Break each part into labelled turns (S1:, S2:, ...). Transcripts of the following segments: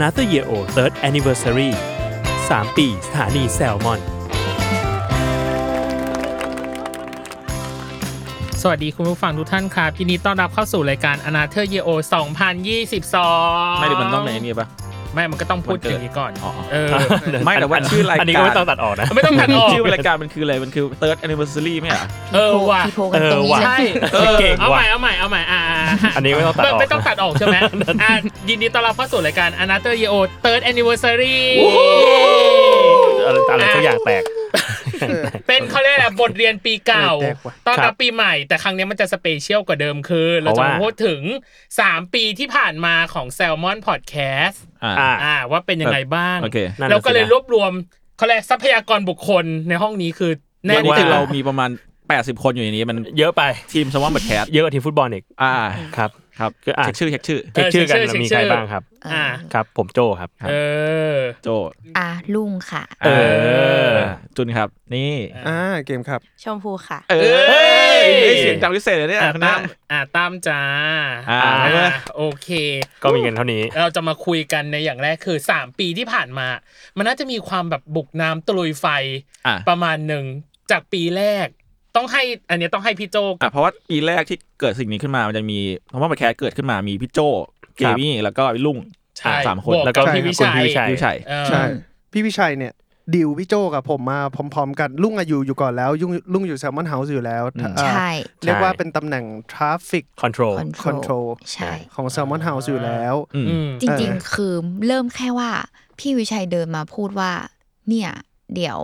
S1: Another Year Old Third Anniversary 3 ปีสถานีแซลมอน
S2: สวัสดีคุณผู้ฟังทุกท่านครับยินดีต้อนรับเข้าสู่รายการ a n a t h e r Year O 2022
S3: ไม่ได้มันต้องไหนนี่ปะ
S2: ไม่มันก็ต้องพูดถึงนี้ก่อน
S3: อ๋อ
S2: เออ
S3: ไม่แต่ว่าชื่อรายการ
S1: อันนี้ก็ไม่ต้องตัดออกนะ
S2: ไม่ต้องตัดออก
S3: ชื่อรายการมันคืออะไร มันคือ third anniversary ไหมอ่ะ
S2: เออว่ะ
S4: พี่โพกันตรงนี้
S1: เออว่ะ
S4: ใช่
S2: ใช่
S3: เออ
S1: เก่ง
S2: เอาให
S1: ว่ะ
S2: ม่เอาใหม่เอาใหม่อ่า
S1: อันนี้ไม่ต้องตัดออก
S2: ไม่ต้องตัดออกใช่ไหมอ่ะยินดีต้อนรับเข้าสู่รายการ a n a t h e r Year O Third Anniversary
S1: อะไรอะไรสักอย่างแตก
S2: เป็นเขาเรียกอะไรบทเรียนปีเก่า
S1: แปลกว่ะ
S2: ตอน
S1: ครั
S2: รับบ ปีใหม่ แต่ครั้งนี้มันจะสเปเชียลกว่าเดิมคือ เราจะมา
S1: เพราะว่า
S2: พูดถึง 3 ปีที่ผ่านมาของ Salmon Podcast
S3: อ่า
S1: อ่า
S2: อ่าว่าเป็นยังไงบ้าง
S3: โอเค
S1: นั่นน่ะ
S2: เราก็เลย
S1: สินะ
S2: รวบรวมเขาเรียกทรัพยากรบุคคลในห้องนี้คือแน่
S3: แน่
S2: น
S3: นี่
S2: ว่า
S3: คือเรามีประมาณ 80 คนอยู่ในนี้มัน
S1: เยอะไป
S3: ทีมสวอมบัตแคส
S1: เยอะกว่าทีมฟุตบอลอีก
S3: อ่า
S1: ครับ
S3: ครับ
S1: คืออ่ะ
S3: เช็คชื่อเช็คชื่อ
S1: เช็คชื่อกันมีใครบ้างครับ
S2: อ่า
S1: ครับ ผมโจครับ
S2: เออ
S3: โจ
S4: อ่ะลุงค่ะ
S3: เอ
S1: อ
S3: จุนครับ นี่
S5: อ่าเกมครับ
S4: ชมพูค่ะ
S3: เอ
S2: เอ้ย
S3: ยได้เสียงจากพิเศษเลยเนี่ย
S2: อ่า
S3: คณะ
S2: ตามอ่าตามจ้า
S3: อ่า
S2: โอเค
S1: ก็มีกันเท่านี้
S2: เราจะมาคุยกันในอย่างแรกคือ 3 ปีที่ผ่านมา มันน่าจะมีความแบบบุกน้ำตะลุยไฟ
S3: อ่ะ
S2: ประมาณหนึ่งจากปีแรก ต้องให้อันเนี้ยต้องให้พี่โจกั
S3: อ่ะ
S2: บ
S3: เพราะว่าปีแรกที่เกิดสิ่งนี้ขึ้นมา มันจะมีสวอมบัตแคสเกิดขึ้นมามีพี่โจเกมี่แล้วก็พี่ลุง
S2: ใช่
S3: สามคน
S2: บวก
S1: แล้วก็
S2: กับ
S1: พี่
S2: พี่วิ
S1: คุณ
S2: ชั
S1: พี่
S2: ย
S1: วิชัย
S3: พี่ชัย
S2: เออ
S5: ใช่ พี่วิชัยเนี่ยดิวพี่โจกับผมมาพร้อมๆกันลุงอะอยู่อยู่ก่อนแล้วยุ่งลุงอยู่แซลมอนเฮาส์อยู่แล้ว
S3: อืม
S5: อ่า
S4: ใช่
S5: เรียกว่าเป็นตำแหน่งทราฟฟิก
S1: คอนโทรล
S5: คอนโทรล
S4: ใช่
S5: ของแซลมอนเฮาส์อยู่แล้ว
S3: อืม
S2: อืม
S4: จริง
S5: เออ
S4: ๆ คือเริ่มแค่ว่า พี่วิชัยเดินมาพูดว่า เนี่ย เดี๋ยว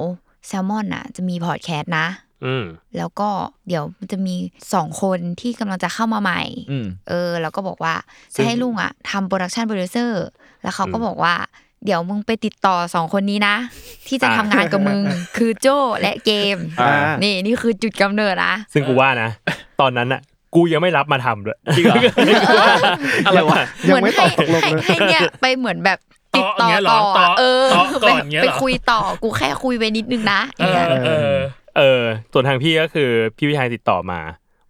S4: แซลมอนอ่ะ จะมีพอดแคสต์นะ
S1: อืม
S4: แล้วก็เดี๋ยวมันจะมีสองคนที่กำลังจะเข้ามาใหม่
S3: อืม
S4: เออ แล้วก็บอกว่าจะให้ลุงอ่ะทำโปรดักชันโปรดิวเซอร์ แล้วเขาก็
S1: อืม
S4: บอกว่า เดี๋ยวมึงไปติดต่อสองคนนี้นะ ที่จะ
S1: อ่ะ
S4: ทำงานกับมึง คือโจและเกม
S3: อ่า
S4: นี่นี่คือจุดกำเนิดนะ
S1: ซึ่งกูว่านะ ตอนนั้นอ่ะ กูยังไม่รับมาทำด้วย
S3: จริงเหรอ อะไรวะ
S4: เห
S5: ยั
S4: มื
S5: ง
S4: อน
S5: ไม่ต
S4: ให้
S5: อบตกลง
S4: ให้
S5: เลย
S4: ให้เนี่ยไปเหมือนแบบติด
S2: ต่
S4: ต่อ
S2: ออย่างเงี้ยเหรอ
S4: ต่อ
S2: ต่อ
S4: เออ
S2: ต่อก่อ
S4: ไป
S2: นอย่างเงี้ย
S4: ไป
S2: เหรอ
S4: คุยต่อกูแค่คุยไปนิดนึงนะ
S2: เอ
S4: อย่างเงี้ย
S2: อเออ
S1: เออ ส่วนทางพี่ก็คือพี่วิชัยติดต่อมา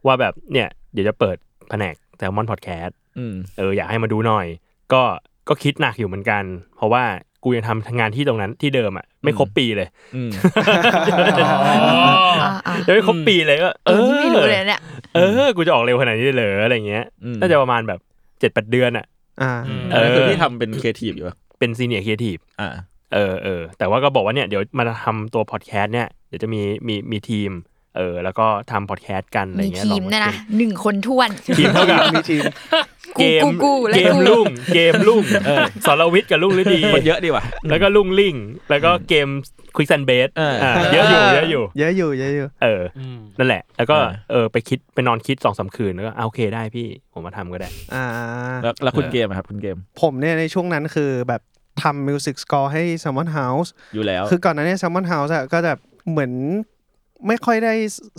S1: ว่าแบบเนี่ยเดี๋ยวจะเปิดแผนกแซลมอนพอดแคส
S3: อืม
S1: เอออยากให้มาดูหน่อย ก็ก็คิดหนักอยู่เหมือนกัน เพราะว่ากูยังทำงานที่ตรงนั้นที่เดิมอ่ะไม่ครบปีเลย
S3: อืม
S4: อ่ะอ่ะ
S1: ยังไม่ครบปีเลยก็
S4: เออนี่ไม่รู้เลยเนี่ย
S1: เออกูจะออกเร็วขนาดนี้เลยเหรออะไรเงี้ย
S3: อืม
S1: น่าจะประมาณแบบเจ็ดแปดเดือนอ่ะ
S5: อ่า
S1: เอ
S3: อันนั้นคือที่ทำเป็นเคทีฟอยู่ป่ะ
S1: เป็นซีเนียร์ครีเอทีฟ
S3: อ่า
S1: เออเออแต่ว่าก็บอกว่าเนี่ยเดี๋ยวมาทำตัวพอดแคสต์เนี่ยเดี๋ยวจะมีมีมีทีม เออแล้วก็ทำพอดแคสต์กันอะไร
S4: มี
S1: เงี้ย
S4: ที
S1: ลอ
S4: ม
S1: งา
S4: เนี่ยนะหนึ่งคนท้วน
S1: ทีมเท่ากับ
S5: มีทีม
S4: กูกูกูและ
S1: เกม
S4: กู
S1: ลุ่งเกมลุ่งเอ อสรวิทย์กับลุ่งฤดี
S3: คนเยอะดีว่ะ
S1: แล้วก็ลุงลิง แล้วก็เกมควิกซันเบส
S3: เอออ่
S1: เยอะอยู่เยอะอยู่
S5: เยอะอยู่เยอะอยู่
S1: เอออ
S2: ม
S1: นั่นแหละ แล้วก็
S3: อ่า
S1: เออไปคิดไปนอนคิดสองสามคืนแล้วก็อ่ะโอเคได้พี่ผมมาทำก็ได้
S5: อ่า
S3: แล้วแล้วคุณเกมอะครับคุณเกม
S5: ผมเนี่ยในช่วงนั้นคือแบบทำมิวสิกสกอร์ให้แซลมอนเฮาส์
S3: อยู่แล้ว
S5: คือก่อนหน้านี้ Salmon House อะก็แบบเหมือนไม่ค่อยได้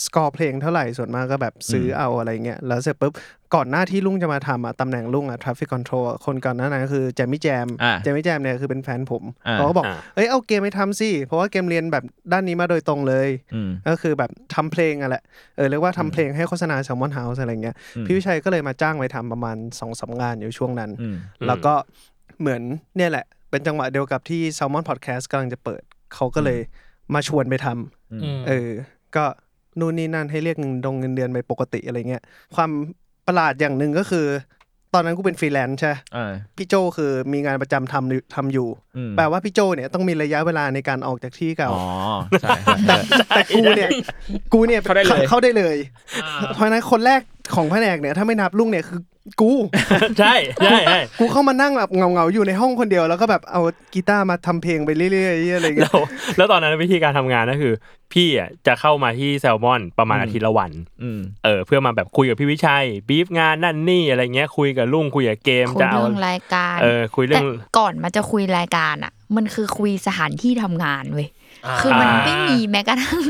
S5: สกอร์เพลงเท่าไหร่ส่วนมากก็แบบซื้ออ
S3: ม
S5: เอาอะไรเงี้ยแล้วเสร็จปุ๊บ ก่อนหน้าที่ลุงจะมาทำอะตำแหน่งลุงอะ traffic control อะคนก่อนหน้านั้นก็คือแจมมี่แจม
S3: อ่า
S5: แจมมี่แจมเนี่ยคือเป็นแฟนผม
S3: อ่า
S5: เขาก็บอก
S1: อ่า
S5: เอ้ยเอาเกมไปทำสิ เพราะว่าเกมเรียนแบบด้านนี้มาโดยตรงเลย
S3: อืม
S5: ก็คือแบบทำเพลงอะแหละเออเรียกว่าทำเพลงให้โฆษณา Salmon House อะไรเงี้ย
S3: อืม
S5: พี่วิชัยก็เลยมาจ้างไปทำประมาณสองสามงานอยู่ช่วงนั้น
S3: อืม
S5: แล้วก็เหมือนเนี่ยแหละ เป็นจังหวะเดียวกับที่ Salmon Podcast กำลังจะเปิด เขาก็เลยมาชวนไปท
S2: อืม
S5: ำเออ ก็นู่นนี่นั่นให้เรียกเงินดงเงินเดือนไปปกติอะไรเงี้ยความประหลาดอย่างหนึ่งก็คือ ตอนนั้นกูเป็นฟรีแลนซ์ใช่
S3: เออ
S5: พี่โจคือมีงานประจำทำอยู่ทำอยู่
S3: อืม
S5: แปลว่าพี่โจเนี่ยต้องมีระยะเวลาในการออกจากที่เก่า
S3: อ๋อใช่ใช่
S5: แต่
S3: ใช่
S5: แต่กู เนี่ยกูเนี่ย
S3: เข้าได้เลย
S5: เข้าได้เลย
S2: อ่า
S5: เพราะฉะนั้นคนแรกของแผนกเนี่ยถ้าไม่นับลุงเนี่ยคือกู
S1: ใช่ใช่ใช่
S5: กูเข้ามานั่งแบบเหงาๆอยู่ในห้องคนเดียวแล้วก็แบบเอากีตาร์มาทำเพลงไปเรื่อยๆ อะไร เงี้
S1: แล้
S5: ยว
S1: แล้วตอนนั้นวิธีการทำงานก็คือ พี่อ่ะจะเข้ามาที่แซลมอนประมาณอาทิตย์ละวัน
S3: อืม
S1: เออเพื่อมาแบบคุยกับพี่วิชัยบีฟงานนั่นนี่อะไรเงี้ยคุยกับลุงคุยกับเกม
S4: คุย
S1: จะเอา
S4: เรื่องรายการ
S1: เออคุยเรื่อง
S4: แต่ก่อนมันจะคุยรายการอ่ะ มันคือคุยสถานที่ทำงานเว้ยคือมันไม่มีแม้กระทั่ง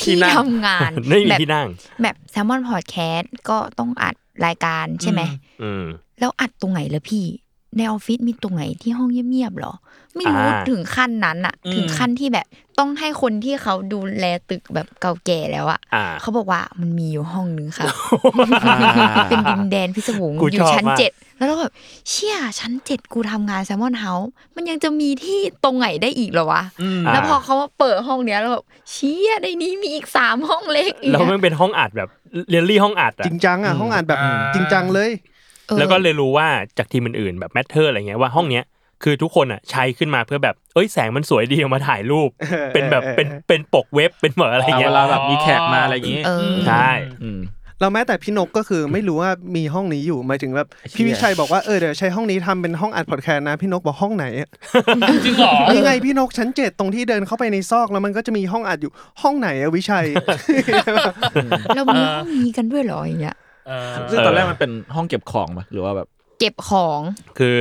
S1: ที่
S4: ที่
S1: นั่ง
S4: ทำงาน
S1: ไม่มี
S4: แบบ
S1: ที่นั่ง
S4: แบบแซมมอนพอดแคสต์ก็ต้องอัดรายการใช่ไหม
S1: อืม
S4: แล้วอัดตรงไหนล่ะพี่ ในออฟฟิศมีตรงไหนที่ห้องเงียบๆหรอ ไม่รู้
S1: อ่า
S4: ถึงขั้นนั้นอะ
S3: อืม
S4: ถึงขั้นที่แบบต้องให้คนที่เขาดูแลตึกแบบเก่าแก่แล้วอะ
S1: อ่า
S4: เขาบอกว่ามันมีอยู่ห้องนึงค่ะ
S1: อ่า
S4: เป็นดินแดนพิศวง
S1: กู
S4: อ
S1: ช
S4: ยู่
S1: อบ
S4: ชั้น
S1: มาก
S4: เจ็ดแล้วเราแบบเชี่ยชั้นเจ็ดกูทำงานแซมมอนเฮาส์มันยังจะมีที่ตรงไหนได้อีกเหรอวะ
S3: อืม
S4: แล้วพอเขามาเปิดห้องเนี้ยเราแบบเชี่ยในนี้มีอีกสามห้องเล็กอีก
S1: แล้ว
S4: อะ
S1: มันเป็นห้องอัดแบบเรียนรี่ห้องอัด
S5: จ
S1: อ่ะ
S5: ริงจังอ่ะห้องอ่านแบบจริงจังเลย
S4: ออ
S1: แล้วก็เลยรู้ว่าจากทีมอื่นๆแบบแมทเทอร์อะไรเงี้ยว่าห้องเนี้ยคือทุกคนอ่ะใช้ขึ้นมาเพื่อแบบเอ้ยแสงมันสวยดีเอามาถ่ายรูป เป็นแบบเป็นเป็นปกเว็บเป็นเหมือนอะไร
S3: เอา
S1: เงี้
S3: เวย ลาแบบมีแขกมาอะไรอย่างงี้
S4: เออ
S1: ใช่
S3: อืม
S5: เราแม้แต่พี่นกก็คือไม่รู้ว่ามีห้องนี้อยู่หมายถึงแบบ
S3: เชี่ย
S5: พี่วิชัยบอกว่าเออเดี๋ยวใช้ห้องนี้ทำเป็นห้องอัดพอดแคสต์นะพี่นกบอกห้องไหนอะ
S2: จริงเหรอ
S5: นี่ไงพี่นกชั้นเจ็ดตรงที่เดินเข้าไปในซอกแล้วมันก็จะมีห้องอัดอยู่ห้องไหนอะวิ ชัย
S4: เรามีห้องนี้กันด้วยเหรออย่างเงี้ย
S2: เออ
S3: ซึ่งตอนแรกมันเป็นห้องเก็บของปะหรือว่าแบบ
S4: เก็บของ
S1: คือ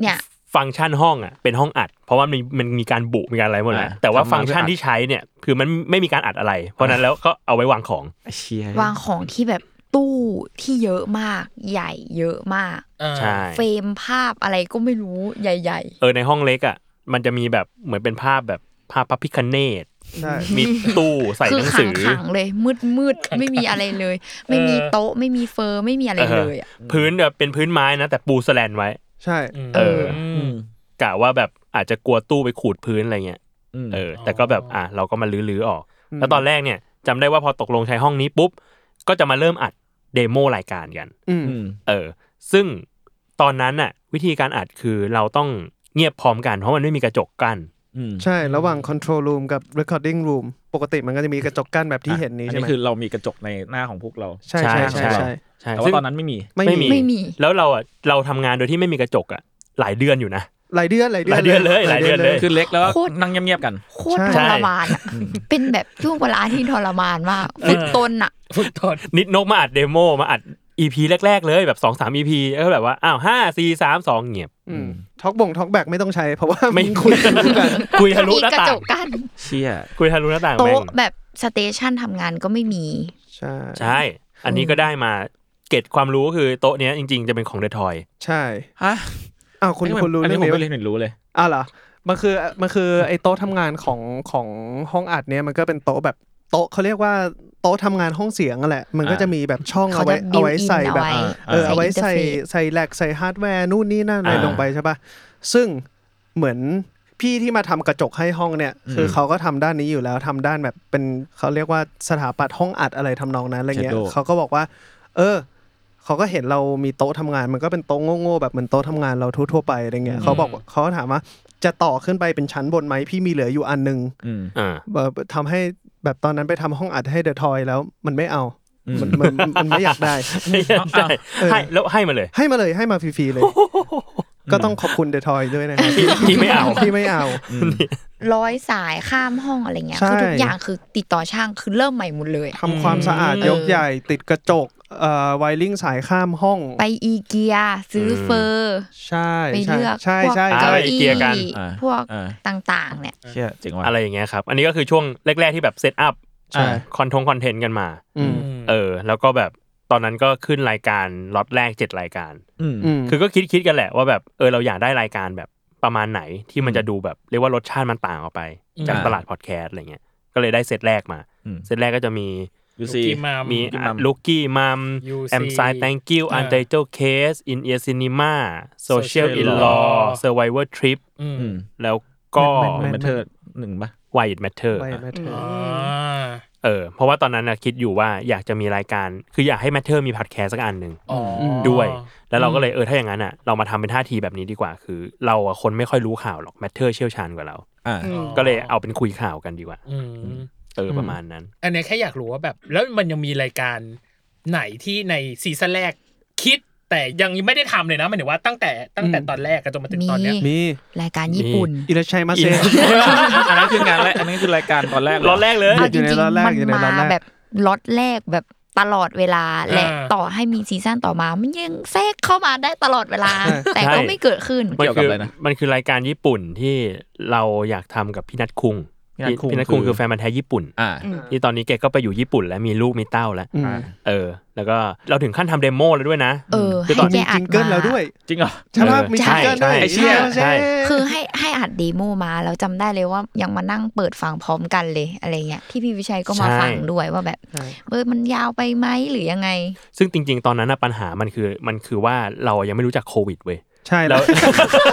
S4: เนี่ย
S1: ฟังก์ชันห้องอ่ะเป็นห้องอัด เพราะว่ามันมันมีการบุมีการอะไรหมดแล้ว
S3: อ่า
S1: แต่ว่า
S3: ทำมา
S1: ฟังก์ชัน
S3: เพื่ออัด
S1: ที่ใช้เนี่ยคือมันไม่มีการอัดอะไร เพราะนั้นแล้วก็เอาไว้วางของ
S3: เชีย
S4: วางของที่แบบตู้ที่เยอะมาก ใหญ่เยอะมาก
S1: ใช่
S4: เฟรมภาพอะไรก็ไม่รู้ใหญ่
S1: เออในห้องเล็กอ่ะมันจะมีแบบเหมือนเป็นภาพแบบภาพพระพิคเนต
S5: ใช่
S1: มีตู้ใส่
S4: ๆ คื
S1: หนัง
S4: ขั
S1: สือ
S4: ขังๆเลย มืดมืดๆไม่มีอะไรเลย ไม่มีโต๊ะไม่มีเฟอร์ไม่มีอะไรเลยอ่ะ
S1: พื้นแบบเป็นพื้นไม้นะ แต่ปูสแลนไว้
S5: ใช่
S1: เออ กะว่าแบบอาจจะกลัวตู้ไปขูดพื้นอะไรเงี้ยเออ แต่ก็แบบอ่ะเราก็มาลื้อๆออก
S5: อืม
S1: แล้วตอนแรกเนี่ยจำได้ว่าพอตกลงใช้ห้องนี้ปุ๊บก็จะมาเริ่มอัดเดโมรายการกัน
S5: อืม
S1: เออ ซึ่งตอนนั้นน่ะ วิธีการอัดคือเราต้องเงียบพร้อมกันเพราะมันไม่มีกระจกกั้น
S5: ใช่ระหว่าง control room กับ recording room ปกติมันก็จะมีกระจกกั้นแบบที่เห็นนี้
S3: อั
S5: ใช่ไหม
S3: คือเรามีกระจกในหน้าของพวกเรา
S5: ใช่ใช่ใช่
S1: ใช่
S5: ใช่
S1: ใช่
S3: แต่
S1: ซึ่
S3: ว่าง ตอนนั้นไม่มี
S5: ไม่มี
S4: ไม่มี
S1: แล้วเราอ่ะเราทำงานโดยที่ไม่มีกระจกอ่ะหลายเดือนอยู่นะ
S5: หลายเดือนหลายเดือ
S1: ห
S5: น
S1: ลายเดือนเลยหลายเดือนเลย
S3: คือเล็กแล้วก็
S4: โคตร
S3: นั่งเงียบๆกัน
S4: โคตรท
S1: ใช่
S4: รมานอะเป็นแบบช่วงเวลาที่ทรมานมากฝึกตนอ่ะ
S2: ฝึกตน
S1: นิดนกมาอัดเดโมมาอัดอีพีแรก ๆ เลยแบบสองสามอีพีก็แบบว่าอ้าวห้าสี่สามสองเงียบ
S5: ท็อกบ่งท็อกแบกไม่ต้องใช้ เพราะว่า
S1: ไม่
S5: นคุยกันรู้กัน
S1: คุยทะลุ
S4: มี
S1: หน้าก
S4: ระ
S1: ต่า
S4: จ
S1: ง
S4: กกัน
S3: เชี่ย
S1: คุยทะลุหน้าต่างแม่ง
S4: โต๊ะแบบสเตชันทำงานก็ไม่มี
S5: ใช่
S1: ใช่ อันนี้ก็ได้มาเก็ตความรู้ก็คือโต๊ะเนี้ยจริง ๆ จะเป็นของเดทอย
S5: ใช่
S3: ฮะ
S5: อ้าวคุณ
S3: อันนี้
S5: คุณรู้
S3: อัน
S5: เรื่
S3: นี้
S5: อง
S3: ผม
S5: นี้
S3: ไม่
S5: ปะ
S3: เลยเห็นรู้เลย
S5: อ่ะเหรอ มันคือ มันคือไอ้โต๊ะทำงานของของห้องอัดเนี่ยมันก็เป็นโต๊ะแบบโต๊ะเขาเรียกว่าโต๊ะทำงานห้องเสียงอะแหละ มันก็
S3: อ่า
S5: จะมีแบบช่อง
S4: เขา
S5: เอาไว้
S4: จะ
S5: เอาไว้
S4: built in
S5: ใส่แบบ
S4: เอาไว้
S5: เออ
S4: ใส่
S5: เอาไว้ใส่
S4: interface
S5: ใส่แลกใส่ฮาร์ดแวร์นู่นนี่นั่นอะไร
S3: อ่า
S5: ลงไปใช่ปะซึ่งเหมือนพี่ที่มาทำกระจกให้ห้องเนี่ย คือ
S3: ม
S5: เขาก็ทำด้านนี้อยู่แล้วทำด้านแบบเป็นเขาเรียกว่าสถาปัตย์ห้องอัดอะไรทำนองนั้นอะไรเงี้ย
S3: Shadow
S5: เขาก็บอกว่า เออ เขาก็เห็นเรามีโต๊ะทำงาน มันก็เป็นโต๊ะโง่ๆแบบเหมือนโต๊ะทำงานเราทั่วๆไปอะไรเงี้ยเขาบอกว่าเขาก็ถามว่าจะต่อขึ้นไปเป็นชั้นบนไหมพี่มีเหลืออยู่อันหนึง
S3: อืม
S1: อ่า
S5: แบบทำให้แบบตอนนั้นไปทำห้องอัดให้เดอะทอยแล้วมันไม่เอา
S3: อืม
S5: มันมันมันมันไม่อยากได้
S1: ใช่ให้แล้วให้มาเลย
S5: ให้มาเลยให้มาฟรีๆเลย ก็ต้องขอบคุณเดอะทอยด้วยนะครับ
S1: ที่ที่ไม่เอา
S5: ที่ไม่เอา
S4: ร้อยสายข้ามห้องอะไรเงี้ย
S5: ใช่
S4: คือทุกอย่างคือติดต่อช่างคือเริ่มใหม่หมดเลยอะ
S5: ทำความสะอาดยกใหญ่ ติดกระจกเอ่อไวริงสายข้ามห้อง
S4: ไปอีเกียซื้อเฟอร์
S5: ใช่
S4: ไป
S5: ใช่
S4: เลือก
S5: ใช่
S4: พวก
S5: ใช่
S1: ใช่
S4: เก้า
S5: ใช่
S1: อี
S4: อี้
S1: เกียกัน
S3: อ่า
S4: พวก
S3: อ่า
S4: ต่างๆ เนี่ย
S3: เชี่ยเจ๋งว่ะ
S1: อะไรอย่างเงี้ยครับ อันนี้ก็คือช่วงแรก ๆที่แบบเซตอัพ
S5: ใช่
S1: คอนทงคอนเทนต์กันมา
S5: อืม
S1: เออ แล้วก็แบบตอนนั้นก็ขึ้นรายการล็อตแรกเจ็ดรายการ
S3: อืม
S5: อืม
S1: คือก็คิดคิดกันแหละว่าแบบเออเราอยากได้รายการแบบประมาณไหนที่มันจะดูแบบเรียกว่ารสชาติมันต่างออกไป จาก
S3: อ่า
S1: ตลาดพอดแคสต์อะไรเงี้ย ก็เลยได้เซตแรกมา
S3: อืม
S1: เซตแรกก็จะมี
S3: ดูซี
S2: กิมา
S1: มี
S2: มี
S3: Lucky Mum
S1: ลูกี้มัม
S2: UC
S1: แอมไซ thank you
S2: อ่า
S1: u n t i t l e case in ear cinema social
S3: Social
S1: in
S3: in
S1: law
S2: Law
S1: survivor trip
S2: อืม
S3: อืม
S1: แล้วก็
S5: แม่น
S3: เมนเทอร์หนึ่งปะ
S1: why it matter
S5: ไม่ไม่เถอะ
S2: อ่า
S1: เออเพราะว่าตอนนั้นนะคิดอยู่ว่าอยากจะมีรายการ คืออยากให้แมทเทอร์มีพอดแคสต์สักอันหนึ่ง
S2: อ๋อ
S1: ด้วย แล้วเราก็เลยเออถ้าอย่างนั้นอ่ะเรามาทำเป็นท่าทีแบบนี้ดีกว่า คือ เราอะคนไม่ค่อยรู้ข่าวหรอกแมทเทอร์เชี่ยวชาญกว่าเรา
S3: อ่า
S1: ก็เลยเอาเป็นคุยข่าวกันดีกว่า
S2: อืม
S1: เออประมาณนั้น
S2: อันเนี้ยแค่อยากรู้ว่าแบบ แล้วมันยังมีรายการไหนที่ในซีซั่นแรกคิดแต่ยังไม่ได้ทำเลยนะหมายถึงว่าตั้งแต่ตั้งแต่ตอนแรกอะจนมาถึงตอนเนี้ย
S5: มี
S4: รายการญี่ปุ่น
S5: อิรชัยมาเซ
S3: อันนั้นคืองานแรกอันนั้นคือรายการตอนแรก
S1: ร้อนแรกเลย
S5: อ
S4: เอา
S5: อ
S4: จ
S5: ยู่ใน
S4: ริง
S5: ล็อตแร
S4: ๆ
S5: ก
S4: มัน
S5: อยู่ในล็
S4: มา
S5: อตแรก
S4: แบบล็อตแรกแบบตลอดเวลาและ
S2: อ่า
S4: ต่อให้มีซีซั่นต่อมา มันยังแทรกเข้ามาได้ตลอดเวลา แต่ก็
S1: ใช่
S4: ไม่เกิดขึ้น
S1: มั
S3: เกี่ยวกับ
S1: คือ
S3: อะไรนะ
S1: มันคือรายการญี่ปุ่นที่เราอยากทำกับพี่นัทคุง
S3: พี่นัทคุง
S1: พี่นัทคุง
S3: คือ
S1: คือแฟนมันธุ์แท้ญี่ปุ่น
S3: อ่า
S1: ที่ตอนนี้แกก็ไปอยู่ญี่ปุ่นแล้วมีลูกมีเต้าแล้ว
S5: อืม
S1: เออ แล้วก็เราถึงขั้นทำเดโมแล้วด้วยนะ
S4: เออ
S1: คือต
S4: ให้แก
S1: อน
S5: มี
S4: อั
S5: จิ
S4: ด
S5: งเกิล
S4: มา
S5: แล้วด้วย
S3: จริงเหรอ
S5: ใช่ไหมมี
S4: ใช่
S5: จิงเกิลด้วย
S1: ใช่ใช่ใช่
S4: คือให้ให้อัดเดโมมาแล้วจำได้เลยว่ายังมานั่งเปิดฟังพร้อมกันเลยอะไรเงี้ยที่พี่วิชัยก็มา
S1: ใช่
S4: ฟังด้วยว่าแบบเออมันยาวไปไหมหรือยังไง
S1: ซึ่งจริง ๆ ตอนนั้นนะปัญหามันคือมันคือว่าเรายังไม่รู้จักโควิดเว้ย
S5: ใช่
S1: แล้
S5: แล้ว ว